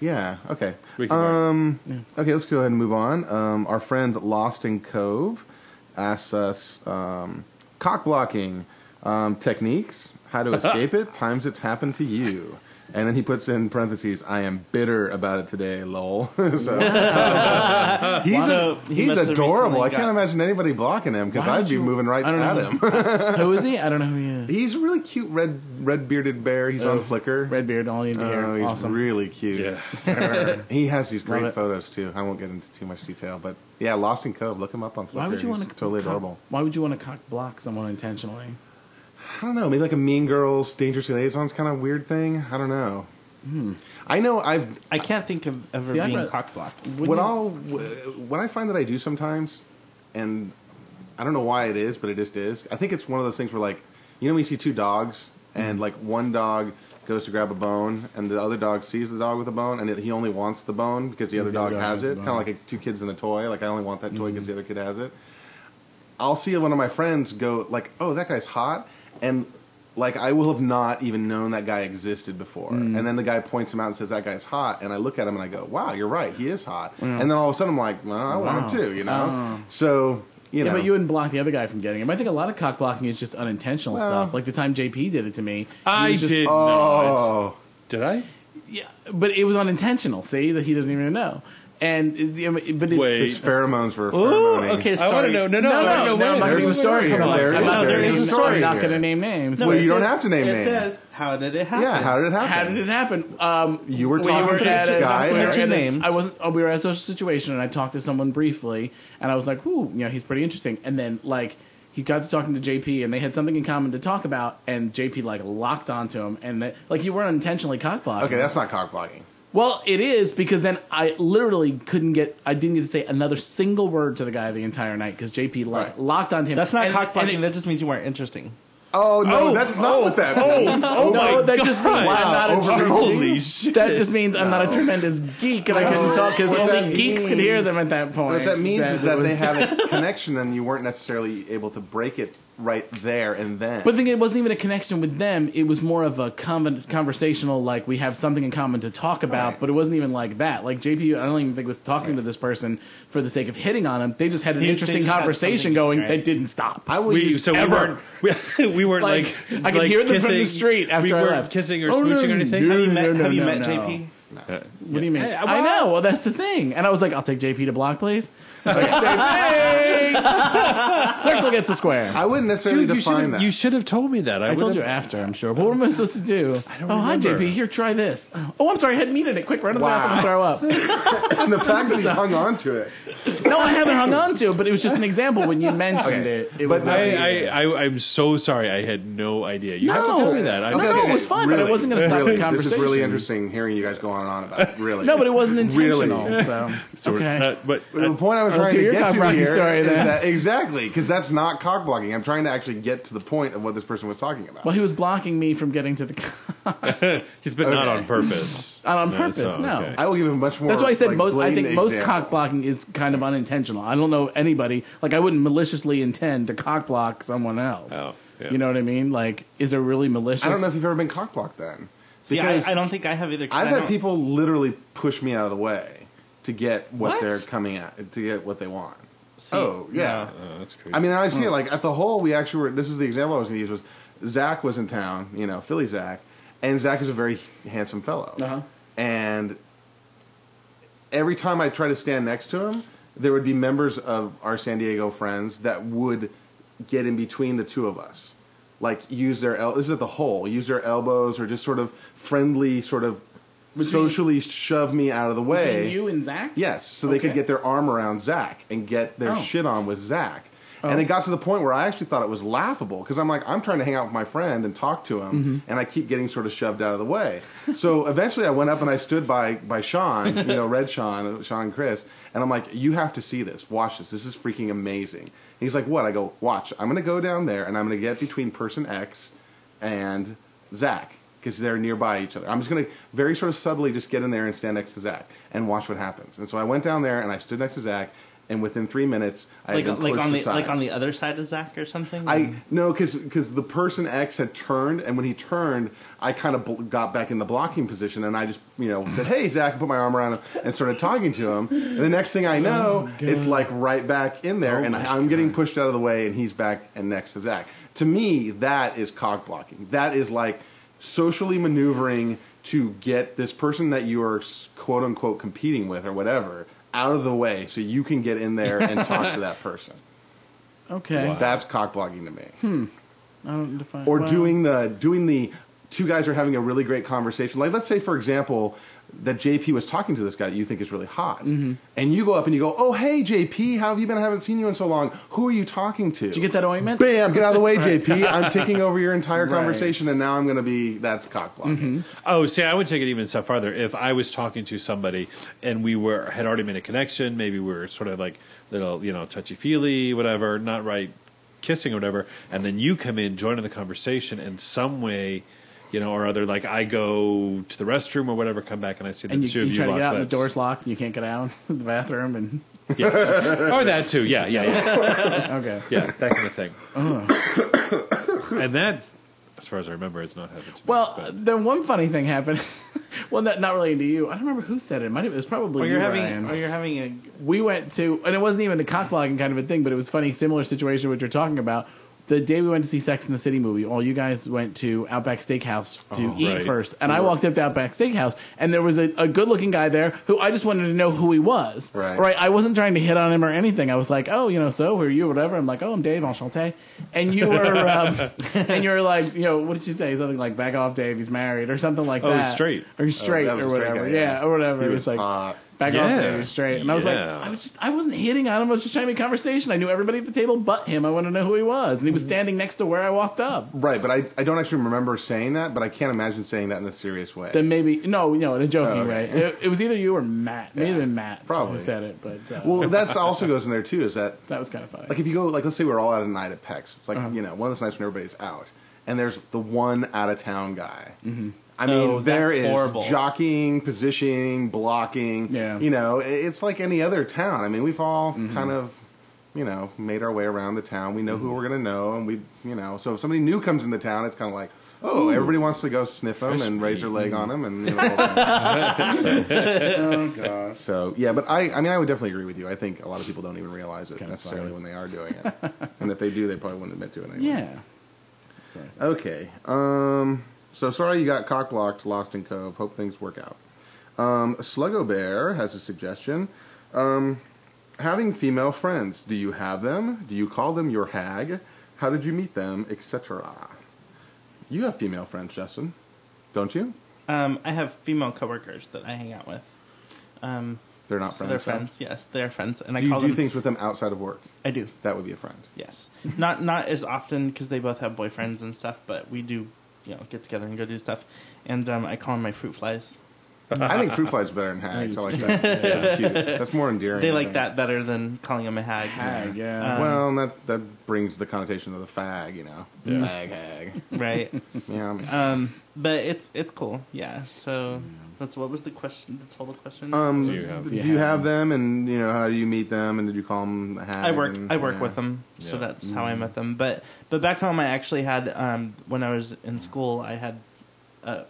yeah, okay.
We can
Um, okay, let's go ahead and move on. Um, our friend Lost in Cove asks us um, cock blocking um, techniques, how to escape it, times it's happened to you. And then he puts in parentheses, I am bitter about it today, lol. so, he's
So,
a,
he
he's
must have
adorable.
recently
I can't
got-
imagine anybody blocking him because
Why
I'd
would
be
you-
moving right
I don't
at
know.
him.
who is he? I don't know who he is.
he's a really cute red red bearded bear. He's on
Oh,
Flickr.
Red beard, all you need to hear.
Oh, he's
awesome.
really cute.
Yeah.
He has these
Love
great
it.
photos too. I won't get into too much detail, but yeah, Lost in Cove. Look him up on Flickr.
why would you
He's
want to
totally adorable?
Why would you want to cock block someone intentionally?
I don't know, maybe like a Mean Girls, Dangerous Liaisons kind of weird thing. I don't know.
Hmm.
I know I've
I can't think of ever
See, I'd
being
rather-
cock blocked.
what I'll what I find that I do sometimes, and I don't know why it is, but it just is. I think it's one of those things where like you know when you see two dogs and
Mm-hmm.
like one dog goes to grab a bone and the other dog sees the dog with a bone and it, he only wants the bone because the other
the
dog,
other dog
has
has the
it, kind
bone. Mm-hmm.
of like a, two kids and a toy. Like I only want that toy because the other kid has it. I'll see one of my friends go like, "Oh, that guy's hot," and like I will have not even known that guy existed before.
Mm.
And then the guy points him out and says, "That guy's hot," and I look at him and I go, "Wow, you're right. He is hot." And then all of a sudden I'm like, "Well, I want him
Wow. Oh.
too," you know. So you
yeah,
know,
but you wouldn't block the other guy from getting him. I think a lot of cock blocking is just unintentional
Well-
stuff. Like the time JP did it to me. he
I
was just-
did not.
oh,
Did I?
Yeah, but it was unintentional. See that he doesn't even know. And it- but it's,
Wait.
his pheromones were
Ooh,
pheromoning.
okay,
I
story.
want to know. No, no,
no,
I
no,
wanna know
no,
when.
I'm not
There's
gonna
a
be-
story
come
here.
on.
There
I'm
is-
not-
there is a story
I'm not
here.
going to name names.
No,
Well,
it
you don't
says-
have to name
it
names.
says how did it happen?
Yeah, how did it happen?
How did it happen? Um,
You were talking to
at
the guy
we were
that-
at a-
Names.
I wasn't. oh, we were at a social situation, and I talked to someone briefly, and I was like, "Ooh, you know, he's pretty interesting." And then like he got to talking to JP, and they had something in common to talk about, and JP like locked onto him, and that, like you weren't intentionally cockblocking.
Okay, that's not cock blocking.
well, it is because then I literally couldn't get. I didn't get to say another single word to the guy the entire night because JP like
Right.
locked onto him.
That's not
And-
cock blocking.
and it-
that just means you weren't interesting.
Oh no, that's not what that means.
no,
Oh my
that just means
God.
I'm not a
Wow,
true
Holy shit!
That just means I'm not a tremendous geek and I couldn't talk because
What
only
that
geeks could
means-
hear them at that point.
What that means is that
it
they
was-
had a connection and you weren't necessarily able to break it right there and then.
But the thing, it wasn't even a connection with them. It was more of a con- conversational, like we have something in common to talk about.
Right.
But it wasn't even like that. Like JP, I don't even think was talking to this person for the sake of hitting on him. They just had an
They- they
interesting
just had
conversation
something,
going
right.
that didn't stop.
I will
we
use
so
ever.
we weren't we, we weren't like,
Like, I could
like
hear them from the
kissing-
street after
we
I
weren't
left.
kissing or
Oh, no,
smooching or anything.
no,
Have you
no,
met,
no,
have you
no,
met
no.
JP?
what do you mean?
Hey, I-
I know. Well, that's the thing. And I was like, I'll take JP to block, please. JP, circle gets a square.
I wouldn't necessarily
Dude, you should,
define
have,
that.
you should have told me that. I,
I
would
told
have-
you after, I'm sure. But what am I supposed to do?
don't
oh, hi,
remember.
JP. Here, try this. Oh, I'm sorry. I had meat in it. Quick, run to the
Wow.
bathroom and throw up.
and the fact that he's hung on to it.
no, I haven't hung on to it, but it was just an example when you mentioned
Okay.
it. It
But
was
I-
amazing.
I, I, I, I'm so sorry. I had no idea. You have to
No.
tell me that. I,
No, no, it was fun, but I wasn't gonna stop the
really, This is
conversation.
really interesting hearing you guys go on and on about it. Really.
no, but it wasn't intentional.
Really.
So,
so we're
okay.
not- Uh, but
The point I was
Let's
trying to
hear your
get
cock
to
blocking
here
story
is
then.
that exactly because that's not cock blocking. I'm trying to actually get to the point of what this person was talking about.
well, he was blocking me from getting to the.
it's been not
Okay.
on purpose.
Not on
No, it's
purpose, no.
okay.
I will give him much more.
That's why I said
like,
most. I
blatant
think most
example.
cock blocking is kind of unintentional. I don't know anybody like I wouldn't maliciously intend to cock block someone else.
Oh, yeah.
You know what I mean? Like, is there really malicious?
I don't know if you've ever been cock blocked then.
See, I,
Because-
I don't think I have either. 'cause
I've
I
had
don't-
people literally push me out of the way to get what,
What?
they're coming at, to get what they want.
See,
oh yeah.
Oh, that's crazy.
I mean, I've
Hmm.
seen it. Like at the hole, we actually were. This is the example I was going to use. Was Zach was in town, you know, Philly Zach, and Zach is a very handsome fellow.
Uh-huh.
And every time I try to stand next to him, there would be members of our San Diego friends that would get in between the two of us, like use their el- this is at the hole, use their elbows or just sort of friendly, sort of socially shove me out of the way.
Between you and Zach.
Yes, so they could
Okay.
get their arm around Zach and get their
Oh.
shit on with Zach.
Oh.
And it got to the point where I actually thought it was laughable because I'm like, I'm trying to hang out with my friend and talk to him,
Mm-hmm.
and I keep getting sort of shoved out of the way. so eventually, I went up and I stood by by Sean, you know, Red Sean, Sean and Chris, and I'm like, you have to see this, watch this, this is freaking amazing. And he's like, what? I go, watch. I'm gonna go down there and I'm gonna get between person X and Zach because they're nearby each other. I'm just going to very sort of subtly just get in there and stand next to Zach and watch what happens. And so I went down there and I stood next to Zach, and within three minutes, I
like
had been
like
pushed
on the
aside.
like on the other side of Zach or something.
I no, because the person X had turned, and when he turned, I kind of bl- got back in the blocking position, and I just you know said, "Hey, Zach," put my arm around him and started talking to him. And the next thing I know, it's like right back in there, and I'm getting pushed out of the way, and he's back and next to Zach. To me, that is cock blocking. That is like socially maneuvering to get this person that you are quote unquote competing with or whatever out of the way, so you can get in there and talk to that person.
Okay.
Wow.
That's cock blocking to me
I don't define.
or
well,
doing the doing the two guys are having a really great conversation. Like, let's say, for example, that JP was talking to this guy that you think is really hot,
Mm-hmm.
and you go up and you go, "Oh, hey, JP, how have you been? I haven't seen you in so long. Who are you talking to?"
Did you get that ointment?
Bam! Get out of the way, JP. I'm taking over your entire
Right. Mm-hmm.
conversation, and now I'm going to be that's cock blocking.
Oh, see, I would take it even a step farther. If I was talking to somebody and we were had already made a connection, maybe we were sort of like little, you know, touchy feely, whatever, not right kissing or whatever, and then you come in, join in the conversation in some way, you know, or other. Like I go to the restroom or whatever, come back and I see the
and you,
two of
you
you
try to
lock
get out, and
lips.
the door's locked, and you can't get out of the bathroom, and
Yeah. or Oh, that too. Yeah, yeah, yeah,
okay,
yeah, that kind of thing. and that's as far as I remember, it's not happened. To me,
Uh. Well,
but-
then one funny thing happened. well, not, not relating to you. I don't remember who said it. It, might have, it was probably
Or
you,
you're
Ryan.
having, or you're having a
we went to, and it wasn't even a cock blocking kind of a thing, but it was funny, similar situation what you're talking about. The day we went to see Sex in the City movie, all you guys went to Outback Steakhouse to
Oh,
eat
right.
first, and I walked up to Outback Steakhouse, and there was a, a good looking guy there who I just wanted to know who he was.
Right.
I wasn't trying to hit on him or anything. I was like, oh, you know, so who are you, whatever. I'm like, oh, I'm Dave Enchanté, and you were, um, and you were like, you know, what did you say? Something like, back off, Dave. He's married, or something like
Oh,
that.
he's straight.
Or he's straight,
that was
or
a straight
whatever.
guy,
yeah.
yeah.
or whatever.
He
It
was
was like
hot.
back off,
Yeah.
Dave. He's straight, and I was like,
Yeah.
I was just, I wasn't hitting on him. I was just trying to make conversation. I knew everybody at the table but him. I wanted to know who he was, and he was standing next to where I walked up.
Right, but I, I don't actually remember saying that, but I can't imagine saying that in a serious way.
Then maybe no, no, in a joking
Oh, okay.
way. It, it was either you or Matt. Maybe
Yeah.
even Matt
Probably.
who said it, but uh,
well, that's also goes in there too. Is that
that was kind of funny.
like if you go like let's say we're all out at a night at PEX, it's like
Uh-huh.
you know one of those nights when everybody's out, and there's the one out of town guy. Mm-hmm. I mean,
Oh, that's
there is
horrible.
jockeying, positioning, blocking.
Yeah.
you know, i- it's like any other town. I mean, we've all
Mm-hmm.
kind of. You know, made our way around the town. We know
Mm-hmm.
who we're going to know, and we, you know, so if somebody new comes into town, it's kind of like, oh, everybody wants to go sniff them and raise their leg on them, and you know, the whole thing. So yeah, but I, I mean, I would definitely agree with you. I think a lot of people don't even realize it
kinda
necessarily
funny.
when they are doing it, and if they do, they probably wouldn't admit to it. Anyway.
yeah. So,
Okay. Um. So sorry you got cock blocked, Lost in Cove. Hope things work out. Um. Sluggo Bear has a suggestion. Um. Having female friends. Do you have them? Do you call them your hag? How did you meet them? Etc. You have female friends, Justin, don't you?
Um, I have female coworkers that I hang out with. Um,
They're not
so
friends.
they're
huh?
friends. Yes, they're friends, and
Do
I
you
call
do
them.
things with them outside of work?
I do.
That would be a friend.
Yes, not not as often because they both have boyfriends and stuff, but we do, you know, get together and go do stuff. And um, I call them my fruit flies.
I think fruit flies better than hags. I like that. That's cute. That's more endearing.
They
I
like
think.
that better than calling them a hag.
hag, yeah.
Um,
Well, that that brings the connotation of the fag, you know, fag hag.
right?
Yeah. I mean-
Um, but it's it's cool. Yeah. So that's what was the question? The total question.
Uh,
Um,
Do
do
you have-
you have, them, and you know how do you meet them, and did you call them a hag?
I work
and-
I work
yeah.
with them, so
Yeah.
that's how
Mm-hmm.
I met them. But but back home, I actually had um, when I was in school, I had a,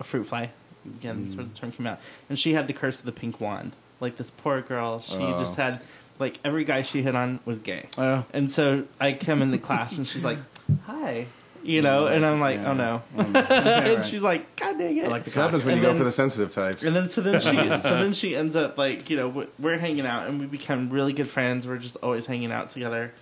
a fruit fly. Again, that's where the term came out, and she had the curse of the pink wand. Like this poor girl, she
Oh.
just had like every guy she hit on was gay,
oh,
and so I come into class and she's like, "Hi," you know, and I'm like,
Yeah.
"Oh no,"
okay,
and
right.
she's like, "God dang it!"
I like the
It happens when
And
you go
then-
for the sensitive types.
And then so then she so then she ends up like you know we're- we're hanging out and we become really good friends. We're just always hanging out together,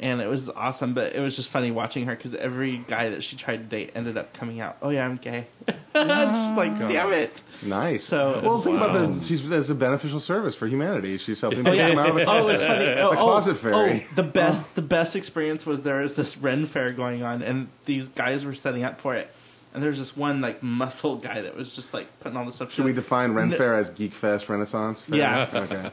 and it was awesome. But it was just funny watching her because every guy that she tried to date ended up coming out. Oh yeah, I'm gay. and she's like, damn it.
nice.
So-
well, think about the she's there's a beneficial service for humanity. She's helping people come out of the
Oh,
closet.
it's funny. Oh,
The closet
oh,
fairy.
oh, the best, the best experience was there was this Ren fair going on, and these guys were setting up for it. And there's this one like muscle guy that was just like putting all this stuff.
Should we define Ren
No.
Fair as Geek Fest Renaissance? Fair?
Yeah.
Okay.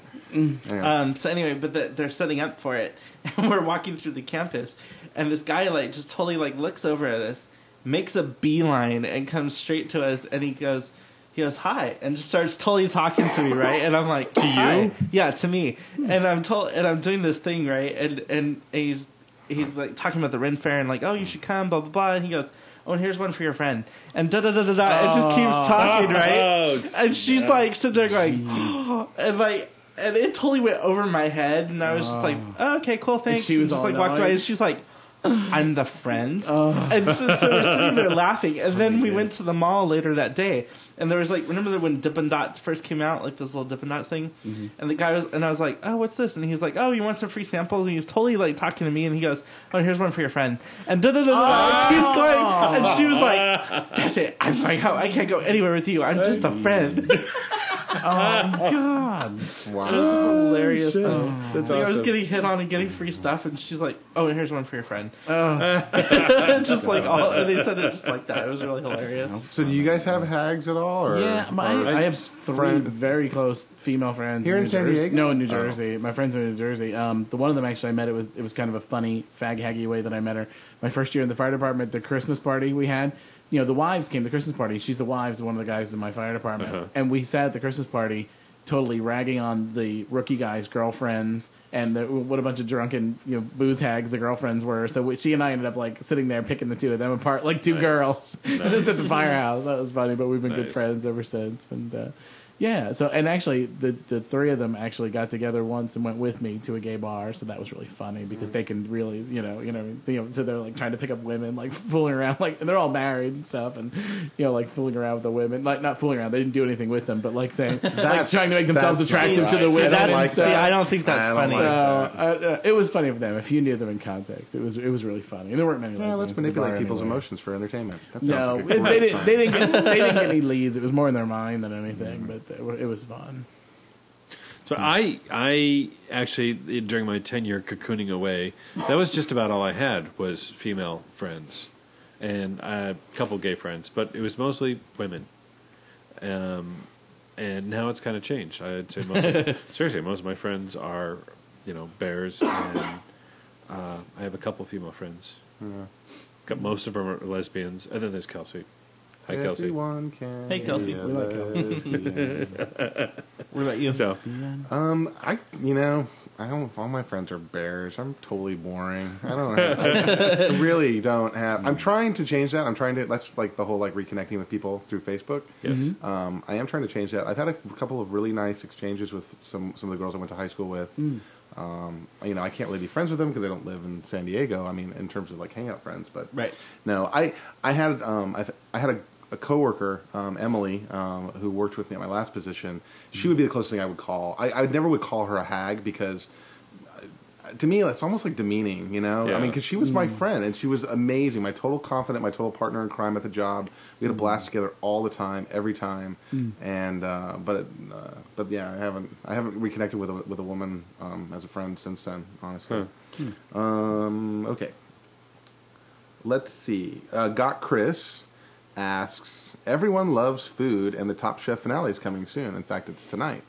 Yeah.
Um, so anyway, but the, they're setting up for it, and we're walking through the campus, and this guy like just totally like looks over at us, makes a beeline, and comes straight to us, and he goes, he goes hi, and just starts totally talking to me, right? And I'm like, to
you?
yeah, to me, and I'm told, and I'm doing this thing, right? And and he's he's like talking about the Ren Fair and like, oh, you should come, blah blah blah, and he goes. Oh, and here's one for your friend, and da da da da da. It just keeps
uh,
talking, right?
Oh,
and she's like sitting there going, and like, and it totally went over my head, and I was just like, oh, okay, cool, thanks.
she was
and just
all
like walked away,
annoyed?
and she's like, I'm the friend. And so, so we're sitting there laughing. And then we went to the mall later that day. And there was like, remember when Dippin' Dots first came out, like this little Dippin' Dots thing?
Mm-hmm.
And the guy was, and I was like, oh, what's this? And he was like, oh, you want some free samples? And he was totally like talking to me. And he goes, oh, here's one for your friend. And da da da
Oh.
da. He's going. And she was like, that's it. I'm going home. I can't go anywhere with you. I'm just a friend.
God.
It was
Wow.
Oh,
hilarious though.
That's
Like, I was
awesome.
getting hit on and getting free stuff, and she's like, "Oh, and here's one for your friend."
Oh.
just like all, and they said it just like that. It was really hilarious.
So do you guys have hags at all? Or,
yeah, my,
or-
I have three
friend-
very close female friends
Here in
New
San
Jersey.
Diego?
No, in New
Oh.
Jersey. My friends are in New Jersey. Um, the one of them actually I met. It was it was kind of a funny fag haggy way that I met her. My first year in the fire department, the Christmas party we had. You know, the wives came to the Christmas party. She's the wives of one of the guys in my fire department,
Uh-huh.
and we sat at the Christmas party. Totally ragging on the rookie guys' girlfriends and the, what a bunch of drunken, you know, booze hags the girlfriends were. So we, she and I ended up like sitting there picking the two of them apart, like two
Nice.
girls. And
Nice.
just at the firehouse. That was funny, but we've been good
Nice.
friends ever since. And uh, yeah, so and actually, the the three of them actually got together once and went with me to a gay bar. So that was really funny
Mm.
because they can really, you know, you know, you know, so they're like trying to pick up women, like fooling around, like and they're all married and stuff, and you know, like fooling around with the women, like not fooling around. They didn't do anything with them, but like saying, like
That's-
trying to make themselves
that's
attractive
not
to the
right.
women.
I don't
and
like
stuff.
that.
See, I don't think that's
I don't
funny.
like
So
that.
uh, uh, it was funny for them. If you knew them in context, it was it was really funny. And there weren't many.
Yeah,
lesbians
let's
in the
manipulate
bar
people's
anyway.
emotions for entertainment. That sounds
No,
like a
it-
great
they didn't.
time.
They didn't get. They didn't get any leads. It was more in their mind than anything, but they were, it was fun.
So I I actually during my tenure cocooning away, that was just about all I had was female friends, and a couple gay friends, but it was mostly women. Um, and now it's kind of changed. I'd say most seriously, most of my friends are you know bears, and uh, I have a couple female friends. Got- Most of them are lesbians, and then there's Kelsey. Hi, Kelsey.
Everyone can
Hey, Kelsey.
be a
We like Kelsey.
lesbian.
What about you?
So
Um, I you know I don't. All my friends are bears. I'm totally boring. I don't. Have, I really don't have. I'm trying to change that. I'm trying to. That's like the whole like reconnecting with people through Facebook.
yes,
Um, I am trying to change that. I've had a couple of really nice exchanges with some some of the girls I went to high school with. Um, you know, I can't really be friends with them because they don't live in San Diego. I mean, in terms of like hangout friends, but
Right.
No, I I had um I, th- I had a, a coworker um, Emily um, who worked with me at my last position. She would be the closest thing I would call. I, I never would call her a hag because uh, to me that's almost like demeaning. You know, I
Yeah.
mean, because she was my friend and she was amazing, my total confidant, my total partner in crime at the job. We had a blast together all the time, every time. And uh, but uh, but yeah, I haven't I haven't reconnected with a, with a woman um, as a friend since then. Honestly, um, okay. Let's see. Uh, Got Chris asks Everyone loves food, and the Top Chef finale is coming soon. In fact, it's tonight.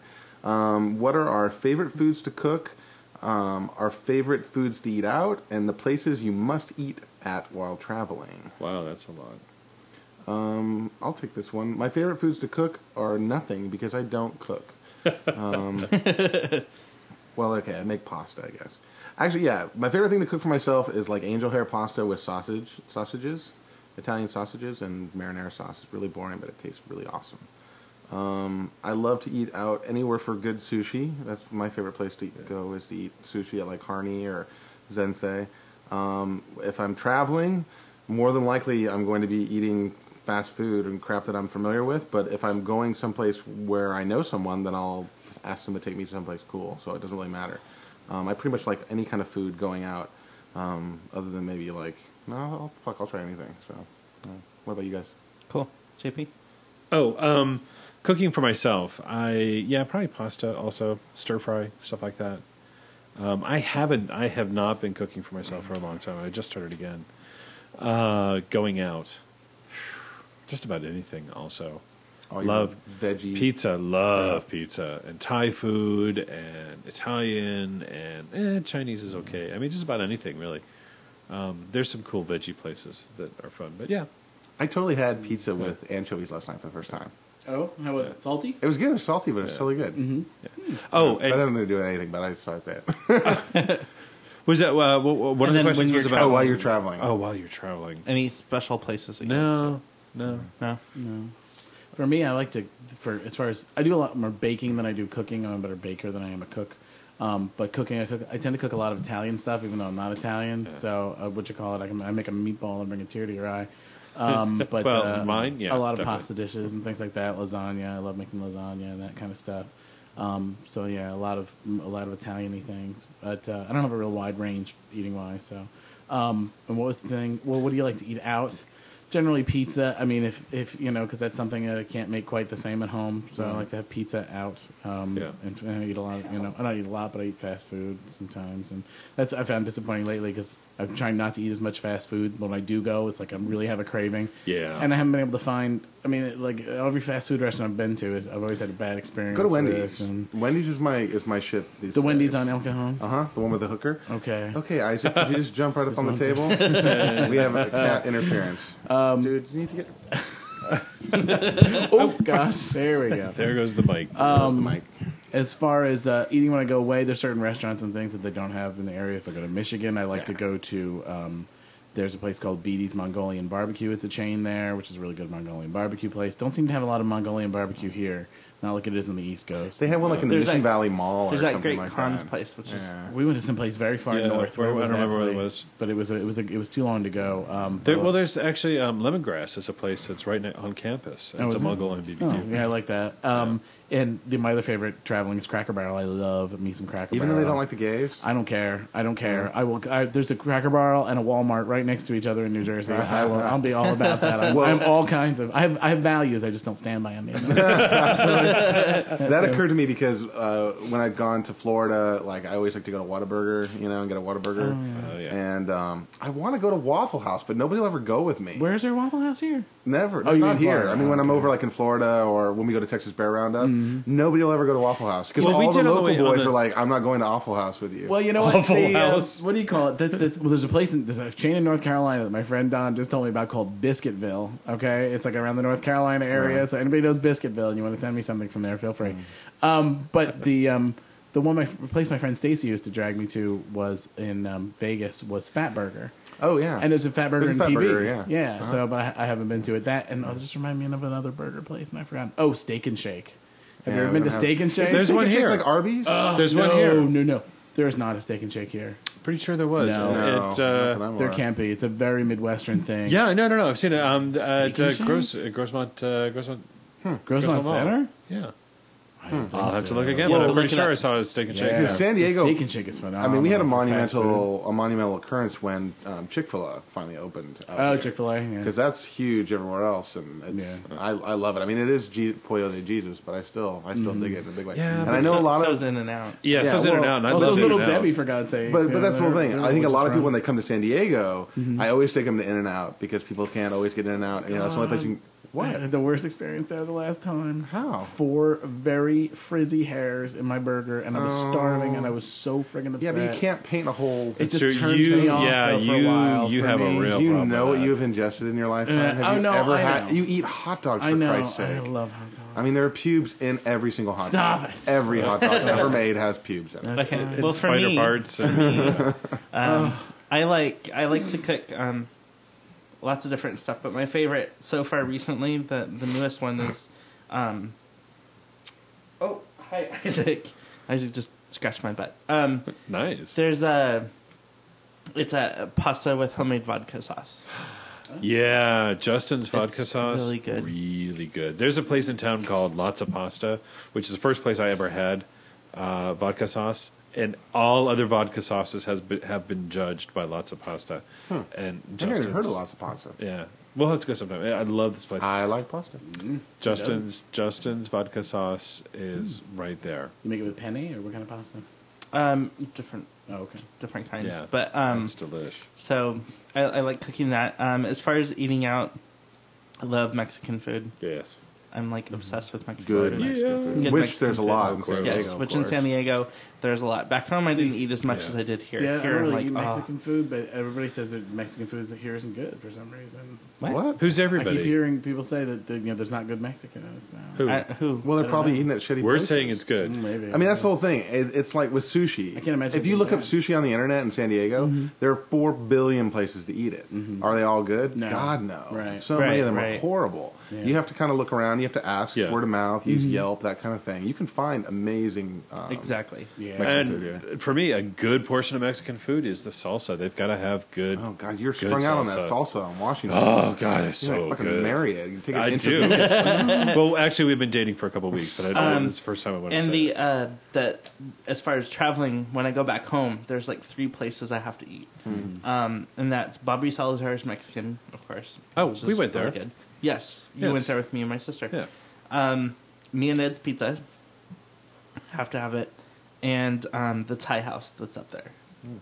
Um, what are our favorite foods to cook, um, our favorite foods to eat out, and the places you must eat at while traveling?
wow, that's a lot.
Um, I'll take this one. My favorite foods to cook are nothing because I don't cook. Um, well, okay, I make pasta, I guess. Actually, yeah, my favorite thing to cook for myself is like angel hair pasta with sausage, sausages, Italian sausages, and marinara sauce. It's really boring, but it tastes really awesome. Um, I love to eat out anywhere for good sushi. That's my favorite place to go is to eat sushi at like Harney or Zensei. Um, if I'm traveling, more than likely I'm going to be eating fast food and crap that I'm familiar with. But if I'm going someplace where I know someone, then I'll ask them to take me to someplace cool. So it doesn't really matter. Um, I pretty much like any kind of food going out, um, other than maybe like no, I'll, fuck, I'll try anything. So, yeah. what about you guys?
Cool, JP.
Oh, um, cooking for myself. I yeah, probably pasta. Also stir fry stuff like that. Um, I haven't. I have not been cooking for myself for a long time. I just started again. Uh, going out, just about anything. Also,
All your
love
veggie
pizza. Love pizza and Thai food and Italian and eh, Chinese is okay. I mean, just about anything really. Um, there's some cool veggie places that are fun, but yeah,
I totally had pizza with anchovies last night for the first time.
Oh, how was it? Salty?
It was good. It was salty, but it was totally good. Mm-hmm.
Oh,
I
and
don't do anything, but I just thought that.
was that uh, wh- wh-
And
one of the
then when
questions
you're
was about?
oh, while you're traveling.
Oh, while you're traveling.
Any special places? that you
No, no.
go to?
No. For me, I like to for as far as I do a lot more baking than I do cooking. I'm a better baker than I am a cook. Um, but cooking, I, cook, I tend to cook a lot of Italian stuff, even though I'm not Italian. So uh, what you call it, I, can, I make a meatball and bring a tear to your eye. Um, but
Well,
uh,
mine, yeah,
a lot of
definitely.
pasta dishes and things like that. Lasagna, I love making lasagna and that kind of stuff. Um, so yeah, a lot of a lot of Italian-y things, but uh, I don't have a real wide range eating wise. So, um, and what was the thing? Well, what do you like to eat out? Generally, pizza. I mean, if if you know, because that's something that I can't make quite the same at home. So I like to have pizza out. Um,
Yeah.
and, and I eat a lot. You know, I don't eat a lot, but I eat fast food sometimes, and that's I found disappointing lately because I'm trying not to eat as much fast food. When I do go, it's like I really have a craving.
Yeah.
and I haven't been able to find. I mean, it- like every fast food restaurant I've been to, is I've always had a bad experience.
Go to
with,
Wendy's.
and-
Wendy's is my is my shit. These
the Wendy's on El Cajon.
Uh huh. The one with the hooker.
Okay.
Oh. Okay, Isaac, could you just jump right up on the
one.
table? we have a cat interference. Dude, you need to get
Oh gosh, there we go.
There goes the mic.
Uh,
Where's the mic.
As far as uh, eating when I go away, there's certain restaurants and things that they don't have in the area. If I go to Michigan, I like to go to. Um, there's a place called Beatty's Mongolian Barbecue. It's a chain there, which is a really good Mongolian barbecue place. Don't seem to have a lot of Mongolian barbecue here. Not like it is in the East Coast.
They have one like in the
There's
Mission
that-
Valley Mall or
There's that
something
great
like
Khan's
that.
place, which is
Yeah.
we went to some place very far
Yeah,
north.
where- I don't
that
remember where it
place?
was.
but it was a, it was a, it was too long to go. Um,
There,
but-
well, there's actually um, lemongrass is a place that's right ne- on campus.
Oh,
it's a
is it?
Mongolian BBQ.
Oh, yeah, I like that. Um, And the, my other favorite traveling is Cracker Barrel. I love me some Cracker
Even
Barrel.
though they don't like the gays.
I don't care. I don't care. I will. I, there's a Cracker Barrel and a Walmart right next to each other in New Jersey. I will. I'll be all about that. I'm,
Well-
I'm all kinds of. I have, I have values. I just don't stand by them.
that occurred to me because uh, when I'd gone to Florida, like I always like to go to Whataburger, you know, and get a Whataburger.
Oh, yeah.
And um, I want to go to Waffle House, but nobody will ever go with me.
Where's your Waffle House here?
Never.
Oh, you
not
mean
here.
Florida.
I mean, when I'm
Okay. Mm-hmm.
over like in Florida or when we go to Texas Bear Roundup, nobody will ever go to Waffle House because
Well, we
all the
did on the
local
way- on
boys
the-
are like, "I'm not going to Waffle House with you."
Well, you know what?
Waffle
The, uh,
House.
what do you call it? That's this. Well, there's a place in there's a chain in North Carolina that my friend Don just told me about called Biscuitville. Okay, it's like around the North Carolina area. So anybody knows Biscuitville and you want to send me something from there, feel free.
Mm.
Um, but the um, the one my place my friend Stacy used to drag me to was in um, Vegas was Fat Burger.
oh yeah,
And there's a fat burger
There's a
in
Fat
PB.
Burger, yeah. Uh-huh.
So, but I, I haven't been to it. That and oh, just remind me of another burger place, and I forgot. Oh, Steak and Shake. Have
Yeah,
you ever
we
been to
don't have-
Steak and Shake?
Is
There's
Steak
one
and Shake
here.
like Arby's.
Uh,
Oh,
there's one
no,
here.
No, no, there is not a Steak and Shake here.
Pretty sure there was.
No.
no,
It,
not that
uh,
I'm
There
aware of.
can't be. It's a very Midwestern thing.
yeah, no, no, no. I've seen it. Um, th-
Steak
at
and
uh,
Shake?
Gross, uh, Grossmont, uh, Grossmont,
Grossmont
Grossmont Mall.
Center?
Yeah,
I don't think
I'll have to
so.
look again.
Well,
but I'm pretty
look it
sure
up.
I saw a steak and shake.
Yeah.
Because Hmm. San Diego-
The steak and shake is phenomenal.
I mean, we had a
for fast
monumental a monumental occurrence when um, Chick Fil A finally opened.
food. Oh, Chick Fil A. Yeah.
because that's huge everywhere else, and it's I, I love it. I mean, it is G- Pollo de Jesus, but I still I
Mm-hmm.
still dig it in a big way.
Yeah,
and
but
I know a lot
so
of
is in and out.
Yeah,
Yeah,
so it's in and
well-
out. and I
Also,
love
Little
In-N-Out.
Debbie, for God's sake.
But, but that's the whole thing. I think a lot of people when they come to San Diego,
Mm-hmm.
I always take them to In and Out because people can't always get In and Out. You know, that's the only place you can.
I
What?
had the worst experience there the last time.
How?
Four very frizzy hairs in my burger, and I was starving, and I was so friggin' upset.
Oh. Yeah, but you can't paint a whole.
It just
Sure,
turns
you-
me off
yeah,
though, for
you-
a while.
you
for
have a
me.
real
do you
problem
know
with
what
that.
you have ingested in your lifetime?
Uh,
have
oh,
you
no,
ever
I
had?
know.
You eat hot dogs for
I know.
Christ's sake.
I love hot dogs.
I mean, there are pubes in every single hot
Stop
dog.
it.
Every hot dog ever made has pubes in it.
That's
Okay.
fine.
And
Well, for
spider
me-
parts. And,
Um, I like I like to cook um, lots of different stuff, but my favorite so far recently, the the newest one is. Um, oh, hi Isaac! Isaac just scratched my butt. Um,
nice.
there's a. It's a pasta with homemade vodka sauce.
Yeah, Justin's vodka
It's
sauce.
really good.
Really good. There's a place in town called Lots of Pasta, which is the first place I ever had uh, vodka sauce, and all other vodka sauces has been, have been judged by Lots of Pasta. And
I never
Justin's,
even heard of lots of pasta.
Yeah, we'll have to go sometime. I I love this place.
I like pasta.
Justin's Justin's vodka sauce is
Hmm.
right there.
You make it with penne or what kind of pasta?
Um, different
Oh, okay.
different kinds,
Yeah,
but um,
it's delish.
so I, I like cooking that. Um, as far as eating out, I love Mexican food.
Yes.
I'm like obsessed with Mexican
Good.
food.
Mexican food.
Good
Which
Mexican
there's a
food,
lot
of
in San
course.
Diego.
Yes,
of
which in
course.
San Diego, there's a lot. Back home, I didn't eat as much
yeah.
as I did here.
See, I
here,
don't
I'm
really
like,
eat
oh.
Mexican food, but everybody says that Mexican food is- here isn't good for some reason.
What?
Who's
I
everybody?
keep hearing people say that that, you know there's not good Mexican in this now.
Who?
oh, I- who?
Well, they're probably eating at shitty.
We're
places.
saying it's good.
Mm, Maybe.
I mean, that's the whole thing. It, it's like with sushi.
I can't imagine
If you
doing
look up
that. Mm-hmm.
sushi on the internet in San Diego, there are four billion places to eat it. Are they all good?
No.
God no.
Right.
So many
Right,
of them are
right.
horrible.
Yeah. Mm-hmm.
You have to kind of look around. You have to ask. It's
Yeah.
Word of mouth. Use Yelp. That kind of thing. You can find amazing. Um,
exactly.
Yeah. Yeah.
Mexican
and
food, yeah.
for me, a good portion of Mexican food is the salsa. They've got to have good.
Oh
Oh,
god, you're
Good
strung out on that
salsa. Oh,
salsa on Washington.
god, it's
you
so
fucking
good.
marry it. You take it
I
into
do. well, actually, we've been dating for a couple of weeks, but I,
Um,
it's the first time I went.
and the uh, the as far as traveling, when I go back home, there's like three places I have to eat,
Hmm.
um, and that's Bobby Salazar's Mexican, of course.
Oh,
which
we
is
went there.
really good. Yes, you
Yes.
went there with me and my sister.
yeah,
Um, me and Ed's Pizza have to have it, and um, the Thai house that's up there.
Hmm.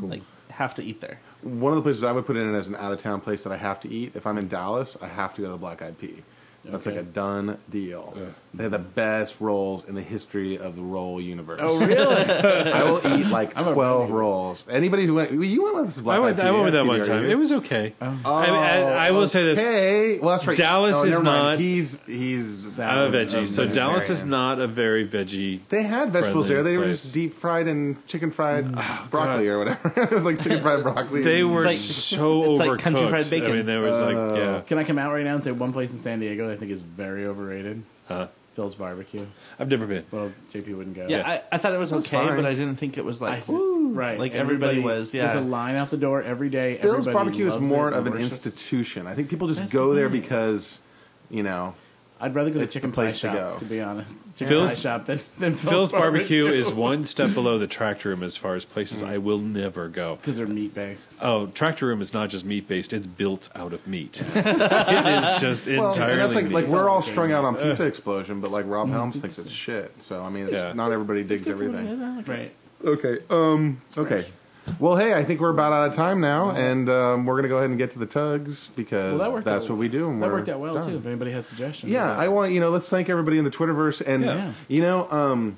Like have to eat there.
One of the places I would put it in as an out of town place that I have to eat. If I'm in Dallas, I have to go to the Black Eyed Pea. That's
Okay.
like a done deal.
Ugh.
They have the best rolls in the history of the roll universe.
Oh, really?
I will eat like
I'm a
twelve
running-
rolls. Anybody who went, you went with this Black
I went.
Eyed Pea?
I went with that
yeah,
one
TBR,
time.
you?
It was okay.
Oh,
I, I- I will say this.
Hey, well that's right.
Dallas
Oh,
is
never mind.
not-
He's he's.
Salad.
I'm a veggie, so
vegetarian.
Dallas is not a very veggie.
They had vegetables there.
Friendly
They were
place. Oh,
just deep fried and chicken fried broccoli or whatever. it was like chicken fried broccoli.
They were
like-
so
it's
overcooked.
like country fried bacon.
I mean, there was
Oh.
like yeah.
Can I come out right now and say one place in San Diego that I think is very overrated?
Huh.
Phil's Barbecue.
uh, I've never been.
Well, JP wouldn't go.
Yeah,
Yeah.
I, I thought it was
That's
okay,
fine.
but I didn't think it was
I-
like.
right.
Like, everybody was, yeah.
There's a line out the door every day.
Phil's
everybody
barbecue is
loves
more
it,
of an
worships-
institution. I think people just
That's
go
the
there
thing.
because, you know,
I'd rather go to
It's the
chicken pie
place to
shop to,
go.
be honest. Chicken
Phil's-
pie shop than, than
Oh,
Phil's barbecue is one step below the tractor room as far as places
Mm.
I will never go.
because they're meat based.
Oh, tractor room is not just meat based; it's built out of meat. it is just
well,
entirely.
and that's like like
meat.
we're all
Something.
strung out on Pizza Explosion, but like
Mm-hmm.
Rob Helms thinks it's shit. So I mean, it's,
Yeah.
not everybody digs everything.
Oh,
Right.
Okay. Um. Okay. Well, hey, I think we're about out of time now, and um, we're gonna go ahead and get to the tugs
Well,
because
that worked
that's
out-
what we do. And
That
we're
worked out well
done.
too. If anybody has suggestions,
Yeah, I want you know. Let's thank everybody in the Twitterverse, and
Yeah.
Yeah.
you know, um,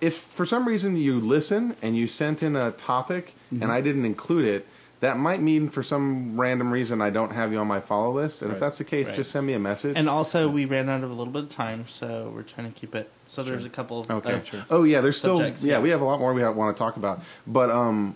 if for some reason you listen and you sent in a topic
Mm-hmm.
and I didn't include it, that might mean for some random reason I don't have you on my follow list. And if
Right.
that's the case,
Right.
just send me a message.
And also, we ran out of a little bit of time, so we're trying to keep it. So there's a couple. of- uh,
okay.
of-
Oh yeah, there's still
Subjects,
yeah,
yeah.
we have a lot more we want to talk about, but um.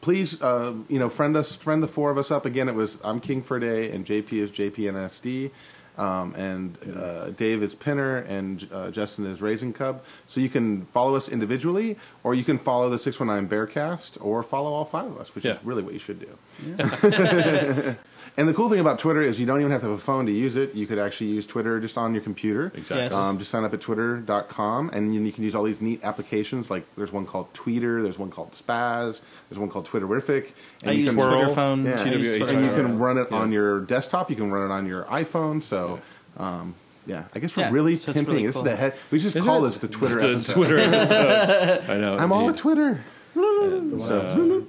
Please, uh, you know, friend us, friend the four of us up again. It was I'm King for a day, and JP is JPNSD, um, and uh, Dave is Pinner, and uh, Justin is Raisin Cub. So you can follow us individually, or you can follow the 619 Bearcast, or follow all five of us, which
Yeah.
is really what you should do. and the cool thing about Twitter is you don't even have to have a phone to use it. You could actually use Twitter just on your computer.
exactly.
Yes.
Um, just sign up at twitter.com and you, you can use all these neat applications. Like there's one called Tweeter, there's one called Spaz, there's one called Twitterific.
I
And you
use
can,
Twirl,
Twitter phone.
yeah,
I use
and
TWH.
Twitter
and you
phone.
can run it on
Yeah.
your desktop, you can run it on your iPhone. So, yeah, um, yeah I guess we're
Yeah,
really
so it's
pimping.
really
this
cool.
is the head. We just
Isn't
call
it?
this the Twitter
the
episode.
Twitter episode. I know.
I'm all
Yeah.
at Twitter.
So-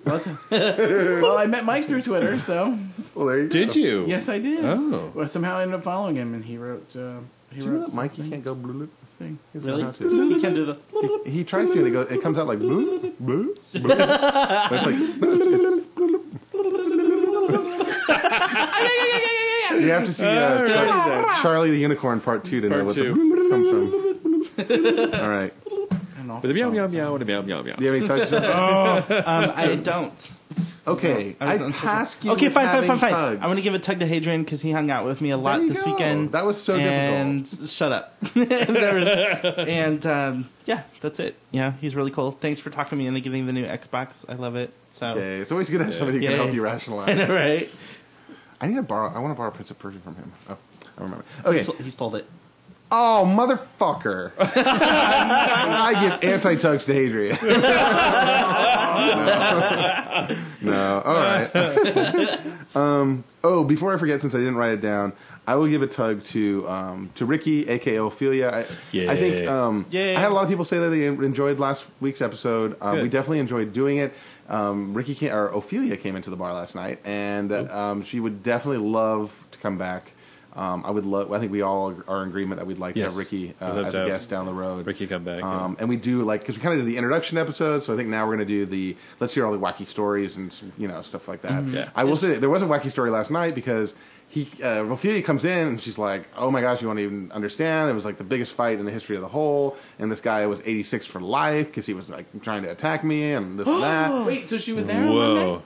well, I met Mike through Twitter, so
Well, there you go.
did you?
yes, I did.
Oh.
Well, somehow I ended up following him, and he wrote. Uh, he
Do you
wrote
know that Mikey
something.
can't go blue loop?
This thing.
He's
Really?
not allowed to.
You can do the.
He, he tries to, and it goes. It comes out like blue, blue, blue. It's like no, it's, it's, you have to see uh, Char- Charlie the Unicorn Part Two to know
Part
what
two.
the comes from. All right.
And off
With a
his
meow
phone,
meow
so-
meow with a meow meow meow.
Do you have any tugs? Justin?
Um, I don't.
Okay,
I
I,
was uncertain.
task you.
Okay,
with
fine, fine,
having
fine, fine.
Tugs.
I'm gonna give a tug to Hadrian because he hung out with me a lot
There you
this
go.
weekend.
That was so
and difficult. Shut up. and there was- and, um, yeah, that's it. Yeah, he's really cool. Thanks for talking to me and getting the new Xbox. I love it. So
Okay, it's always good to have somebody who
Yeah,
can help
yeah.
you
I
rationalize.
know, right?
I need to borrow. I want to borrow Prince of Persia from him. Oh, I remember. Okay.
He stole it.
Oh, motherfucker! I give anti tugs to Hadrian. no. no, all right. um, oh, before I forget, since I didn't write it down, I will give a tug to um, to Ricky, aka Ophelia. I, I think
Yay.
um,
Yay.
I had a lot of people say that they enjoyed last week's episode. Uh, we
Good.
definitely enjoyed doing it. Um, Ricky came, or Ophelia came into the bar last night, and um, she would definitely love to come back. Um, I would love. I think we all are in agreement that we'd like to
Yes.
have Ricky
We'd
uh,
love
as
to
a
have
guest down the road.
Ricky come back, yeah.
Um, And we do like because we kind of did the introduction episode, so I think now we're going to do the let's hear all the wacky stories and some, you know stuff like that.
Mm-hmm. Yeah.
I will say that there was a wacky story last night because he uh, Ophelia comes in and she's like, "Oh my gosh, you won't even understand. It was like the biggest fight in the history of the whole, and this guy was 86 for life because he was like trying to attack me and this and that."
Wait, so she was there on Monday?
Whoa.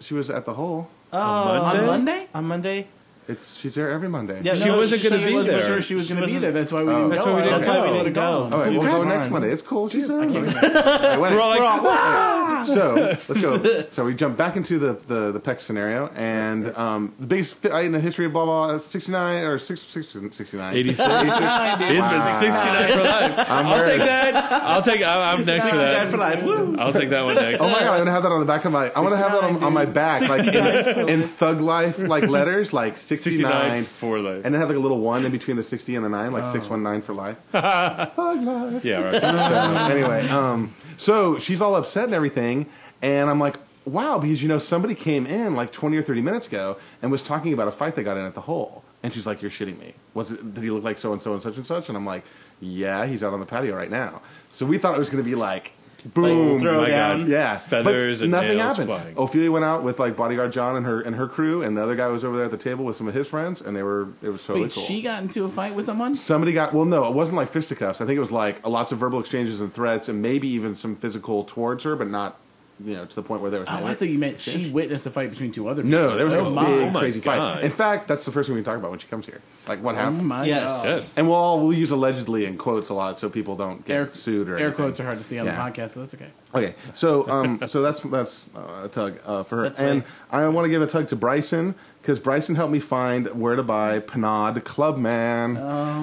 She was at the hole.
Oh,
On
On
Monday?
Monday?
on Monday.
It's she's there every Monday.
Yeah,
She wasn't gonna
she
be
wasn't
there.
sure she was
She
going to be
wasn't-
there. That's why we
Oh.
didn't
That's
go.
why we didn't
That's why
go.
we didn't go.
All right, we'll go
Come
next
on.
Monday. It's cool. She's there.
I can't
every
imagine.
Monday. We're
all like,
so let's go. So we jump back into the the, the Peck scenario, and um, the biggest fit in the history of blah blah sixty nine or six, six, 69.
86.
86.
It's been 69 for life.
I'm
I'll
wearing-
take that. I'll take. I- I'm next for
Dad for
that.
life. Woo.
I'll take that one next.
Oh my god! I'm gonna have that on the back of my. I want to have that on, on my back, like in, in Thug Life, like letters, like
69
69,
for life.
and then have like a little one in between the 60 and the nine, like six one nine for life.
yeah, right.
So anyway, um, so she's all upset and everything, and I'm like, wow, because you know somebody came in like 20 or 30 minutes ago and was talking about a fight they got in at the hole, and she's like, you're shitting me. Was it? Did he look like so and so and such and such? And I'm like, yeah, he's out on the patio right now. So we thought it was going to be like, boom,
throw
my
down.
God.
yeah,
Feathers
but
and
nothing
nails
happened.
flying.
Ophelia went out with like bodyguard John and her and her crew, and the other guy was over there at the table with some of his friends, and they were it was totally
Wait,
cool.
she got into a fight with someone?
Somebody got well. No, it wasn't like fisticuffs. I think it was like a lots of verbal exchanges and threats, and maybe even some physical towards her, but not you know to the point where there was.
Oh, I thought you meant she witnessed a fight between two other people.
No, there was like
oh,
a
my.
big
my
crazy
God.
fight. In fact, that's the first thing we can talk about when she comes here. Like what
Oh,
happened.
my
Yes.
God.
Yes.
And we'll all, we'll use allegedly in quotes a lot so people don't get
Air,
sued or
air
anything.
quotes are hard to see on
Yeah.
the podcast, but that's okay.
Okay, so um, so that's that's uh, a tug uh, for her,
That's
and
right.
I want to give a tug to Bryson because Bryson helped me find where to buy Panade Clubman,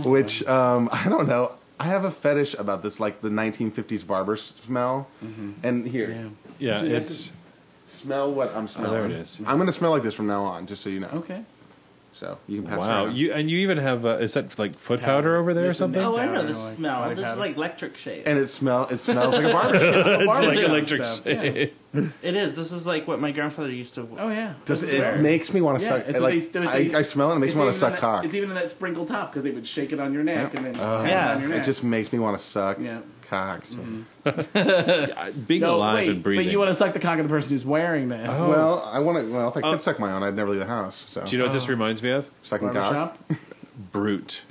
which um, I don't know. I have a fetish about this, like the 1950s barber smell, and here,
Yeah.
Yeah,
She-
it's
smell what I'm smelling.
there it is.
I'm gonna smell like this from now on, just so you know.
Okay.
So you can pass. it
wow.
around.
You and you even have uh, is that like foot powder over there or
It's a
something?
nail
Oh, I know
powder,
this
like
smell.
body
This is
powder.
like electric shave.
and it smell it smells like a barber. shop.
like
Barbershop
electric.
stuff, yeah.
shave.
it is. This is like what my grandfather used to.
Oh yeah.
Does
That's
it,
rare.
makes me want to
Yeah,
suck?
it's
like,
what they- it's
I,
what they-
I smell it. It makes
It's
me want to
even
suck
in that-
cock.
It's even in that sprinkle top because they would shake it on your neck and then tap
Yeah.
it on your neck.
It just makes me want to suck
Yeah.
cock.
I- Being
no,
alive
wait,
and breathing.
But you want to suck the cock of the person who's wearing this.
Well, I want to. Well, if I could suck my own, I'd never leave the house. So
Oh. Do you know what this reminds me of?
sucking cock.
Barbershop?
Brute.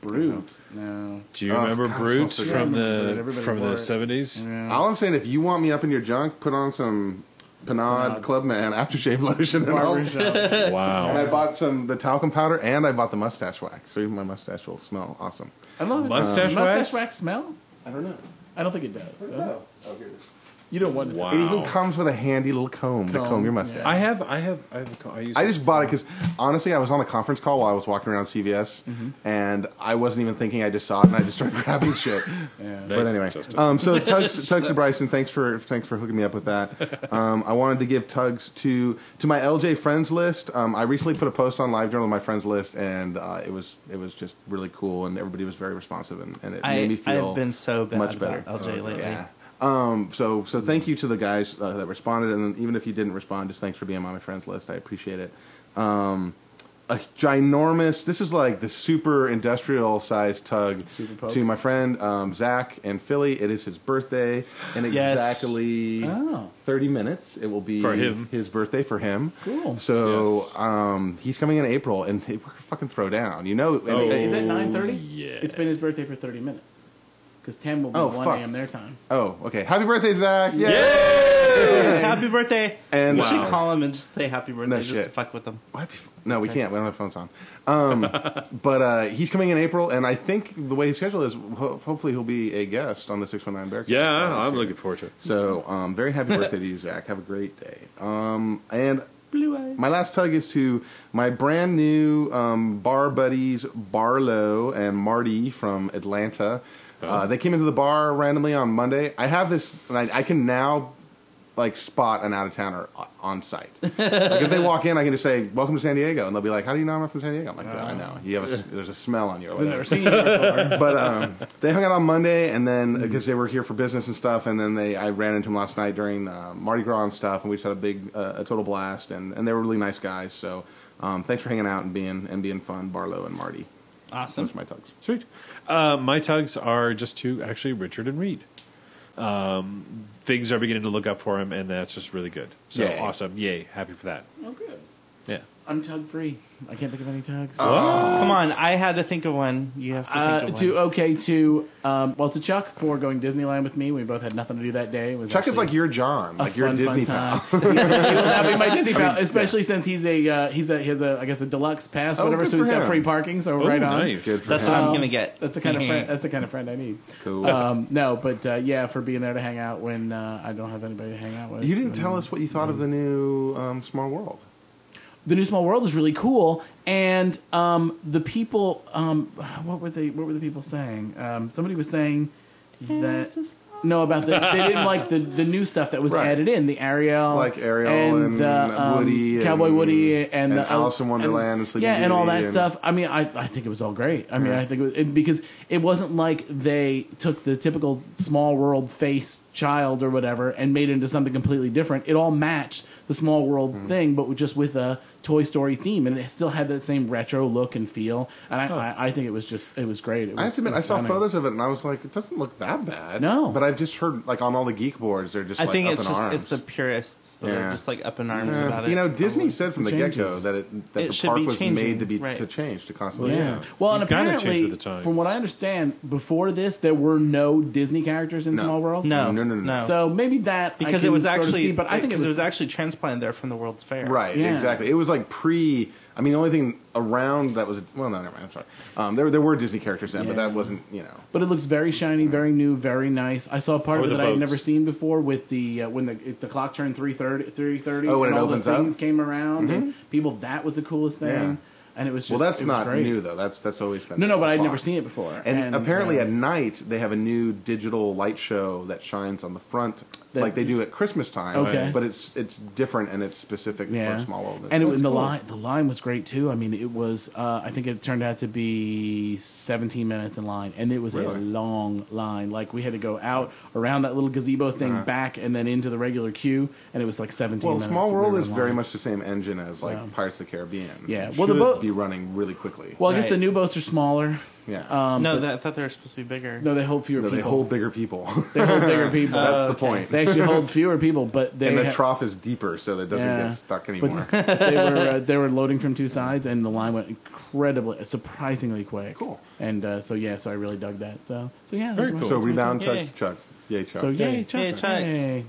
Brute. No.
Do you
Oh,
remember
God, it
Brute
smells so
from
good. Yeah, I
the
remember Brute.
from
Everybody wore
the
it.
seventies?
All I'm saying, if you want me up in your junk, put on some Panade Clubman aftershave lotion, and, all. and
Barbershop.
I
Wow.
bought some the talcum powder, and I bought the mustache wax, so even my mustache will smell awesome.
I love it.
Mustache
Does
wax?
mustache wax smell?
I don't know.
I don't think it does. does it?
Oh, here it is.
You don't want it. to-
Wow.
It even comes with a handy little comb, to
Comb,
comb your mustache.
I have I have I have a co- I use
I just bought it because honestly, I was on a conference call while I was walking around CVS,
Mm-hmm.
and I wasn't even thinking. I just saw it and I just started grabbing shit.
Yeah.
But
Nice,
anyway,
Justin.
um, so tugs, tugs to Bryson. Thanks for thanks for hooking me up with that. Um, I wanted to give tugs to to my LJ friends list. Um, I recently put a post on LiveJournal of my friends list, and uh, it was it was just really cool, and everybody was very responsive, and, and it
I,
made me feel
I've been so bad
much better. Oh,
about LJ lately.
Yeah. Um, so, so thank you to the guys uh, that responded, and even if you didn't respond, just thanks for being on my friends list. I appreciate it. Um, a ginormous. This is like the super industrial size tug
Super poke.
to my friend um, Zach in Philly. It is his birthday in
Yes.
exactly
Oh.
thirty minutes. It will be
For him.
his birthday for him.
Cool.
So
Yes.
um, he's coming in April, and he- we're gonna fucking throw down. You know. and-
Oh.
Is it nine thirty?
yeah.
It's been his birthday for thirty minutes. Because ten will be
Oh,
one
fuck.
a.m. their time.
oh, okay. Happy birthday, Zach! Yay!
Happy birthday!
And-
we should
Wow.
call him and just say happy birthday,
No
just to
shit.
fuck with him.
Why be- No, we can't. We don't have phones on. Um, but uh, he's coming in April, and I think the way his schedule is, ho- hopefully he'll be a guest on the 619 Bearcats. Uh,
Yeah, I'm looking forward to it.
So, um, very happy birthday to you, Zach. Have a great day. Um, and
Blue eyes.
my last tug is to my brand new um, bar buddies Barlow and Marty from Atlanta. Uh, they came into the bar randomly on Monday. I have this, and I, I can now like spot an out of towner o- on site. like if they walk in, I can just say, "Welcome to San Diego," and they'll be like, "How do you know I'm not from San Diego?" I'm like, "I know. You have a s there's a smell on you."
Oh,
Or
I've
whatever
never seen you before.
but um, they hung out on Monday, and then because they were here for business and stuff, and then they I ran into them last night during uh, Mardi Gras and stuff, and we just had a big uh, a total blast, and, and they were really nice guys. So um, thanks for hanging out and being and being fun, Barlow and Marty.
Awesome.
Those are my tugs.
Sweet. Uh, my tugs are just to actually Richard and Reed. Um, things are beginning to look up for him, and that's just really good. So
Yay.
awesome! Yay! Happy for that.
oh, good.
Yeah.
I'm tug free. I can't think of any tugs.
Come on, I had to think of one. You have to think
Uh,
of one.
to okay to um, well to Chuck for going Disneyland with me. We both had nothing to do that day. It was
Chuck is
actually
like your John,
a
like your
fun,
Disney
fun time.
pal.
he, he will not be my Disney pal, especially since he's a uh, he's a he has a I guess a deluxe pass,
Oh,
whatever.
good
So he's
for
got
him.
free parking. So
Oh,
right on.
nice.
Good for
That's
him.
what I'm gonna get.
um, That's the kind
Mm-hmm.
of friend. That's the kind of friend I need.
Cool.
Um, no, but uh, yeah, for being there to hang out when uh, I don't have anybody to hang out with.
you didn't
And-
tell us what you thought of the new um, Small World.
the new small world is really cool and um, the people um, what were they what were the people saying um, somebody was saying that no about the they didn't like the, the new stuff that was
Right.
added in the Ariel um,
Like Ariel and Woody
Cowboy
and-
Woody and,
and
the,
Alice in Wonderland and Sleeping
yeah and all
Beauty
that
and-
stuff I mean I, I think it was all great I mean
Yeah.
I think it was, it, because it wasn't like they took the typical small world face child or whatever and made it into something completely different it all matched the small world
Mm-hmm.
thing but just with a Toy Story theme and it still had that same retro look and feel and I, I, I think it was just it was great it was,
I have to admit,
it
I
was
saw
stunning.
photos of it and I was like, it doesn't look that bad.
No.
but I've just heard like on all the geek boards, they're just
I
like
think
up
it's
in
just
arms.
it's the purists that
Yeah.
are just like up in arms
Yeah.
about it.
you know, Disney said from the
some
get go
changes.
that it, that
It
the
should
park
be
was
changing,
made to be
right.
to change to constantly
Yeah.
change.
Well,
You
and
gotta change
apparently,
with the times.
from what I understand, before this there were no Disney characters in
No.
Small World.
No,
No, no, no, no.
So maybe that I
because it
can
was
sort of
actually,
see, but I think it was,
actually transplanted there from the World's Fair.
Right,
Yeah.
exactly. It was like pre. I mean, the only thing around that was well, no, never mind. I'm sorry. Um, there there were Disney characters then, but
Yeah.
that wasn't you know.
But it looks very shiny, very new, very nice. I saw a part
Or
of it
the
that I had
boats.
never seen before with the uh, when the it, the clock turned 3.30, 3.30
Oh, when
and
it
all
opens
the
up? Mm-hmm.
things came around and people that was the coolest thing,
Yeah.
and it was just
well, that's
it was
not
great.
new though. That's that's always been
No, no,
the
but I'd
clock.
never seen it before.
And, apparently
uh,
at night they have a new digital light show that shines on the front,
That-
like they do at Christmas time.
Okay.
but it's it's different and it's specific
yeah.
for Small World.
And it
That's
was the
cool.
line. The line was great too. I mean, it was. Uh, I think it turned out to be 17 minutes in line, and it was a
Really?
long line. Like we had to go out around that little gazebo thing, back, and then into the regular queue, and it was like 17.
Uh-huh. Well,
minutes
Small
we
World
were
is
in
very
line.
much the same engine as
So.
like Pirates of the Caribbean.
Yeah.
It
Well, the
should
boat-
be running really quickly.
Well, I guess
Right.
the new boats are smaller.
yeah,
Um,
No,
but-
that, I thought they were supposed to be bigger.
no, they hold fewer
no,
people.
they hold bigger people.
They hold bigger people.
That's the point.
they actually hold fewer people, but they
and the
ha-
trough is deeper, so that it doesn't
Yeah.
get stuck
But
anymore.
they were uh, they were loading from two sides, and the line went incredibly, surprisingly quick.
Cool.
And uh, so yeah, so I really dug that. So so yeah,
Very
those were my
cool.
so
thoughts.
rebound,
Yay.
Chuck's Chuck. Yay, Chuck.
So yay,
Yay.
Chuck.
Yay, Chuck.
Yay.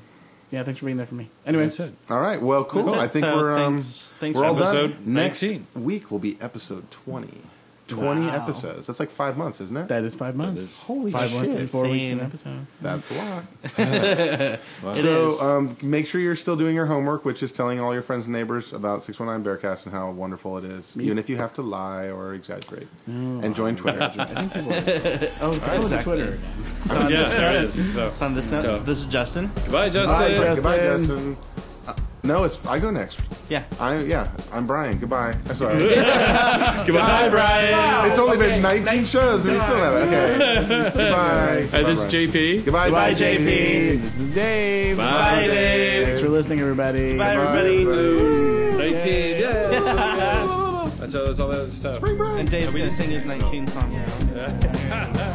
Yeah, thanks for being there for me. Anyway,
That's it.
All right. Well, cool.
That's it.
I think
So
we're um,
thanks- thanks
we're
for
all
episode
done. Next
19.
week will be episode twenty. Twenty
Wow.
episodes. That's like five months, isn't it?
that is five months.
is-
Holy
five
shit!
months and four weeks
Insane.
an episode.
That's a lot.
Wow.
It
So
is.
um, make sure you're still doing your homework, which is telling all your friends and neighbors about 619 Bearcast and how wonderful it is, even if you have to lie or exaggerate. and join Twitter.
Oh, that was a
Exactly.
Twitter.
So on this
yeah, it
note-
is. So,
so on this note,
So-
this is Justin.
goodbye,
Bye,
Justin.
Justin. Goodbye,
Justin.
Justin. Uh, no, it's I go next.
Yeah.
I yeah, I'm Brian. Goodbye. I'm sorry.
Goodbye, Brian.
It's only
Okay,
been 19 shows and we still have it. Okay. Goodbye.
Hey, this
Bye,
is
Brian.
JP.
Goodbye,
Bye,
JP.
JP. This is Dave.
Bye, Dave.
Thanks for listening, everybody.
Bye, everybody.
Woo! 19. Yeah. That's all, that's all that stuff.
And Dave's
we
gonna
just-
sing his 19 song now.
Yeah.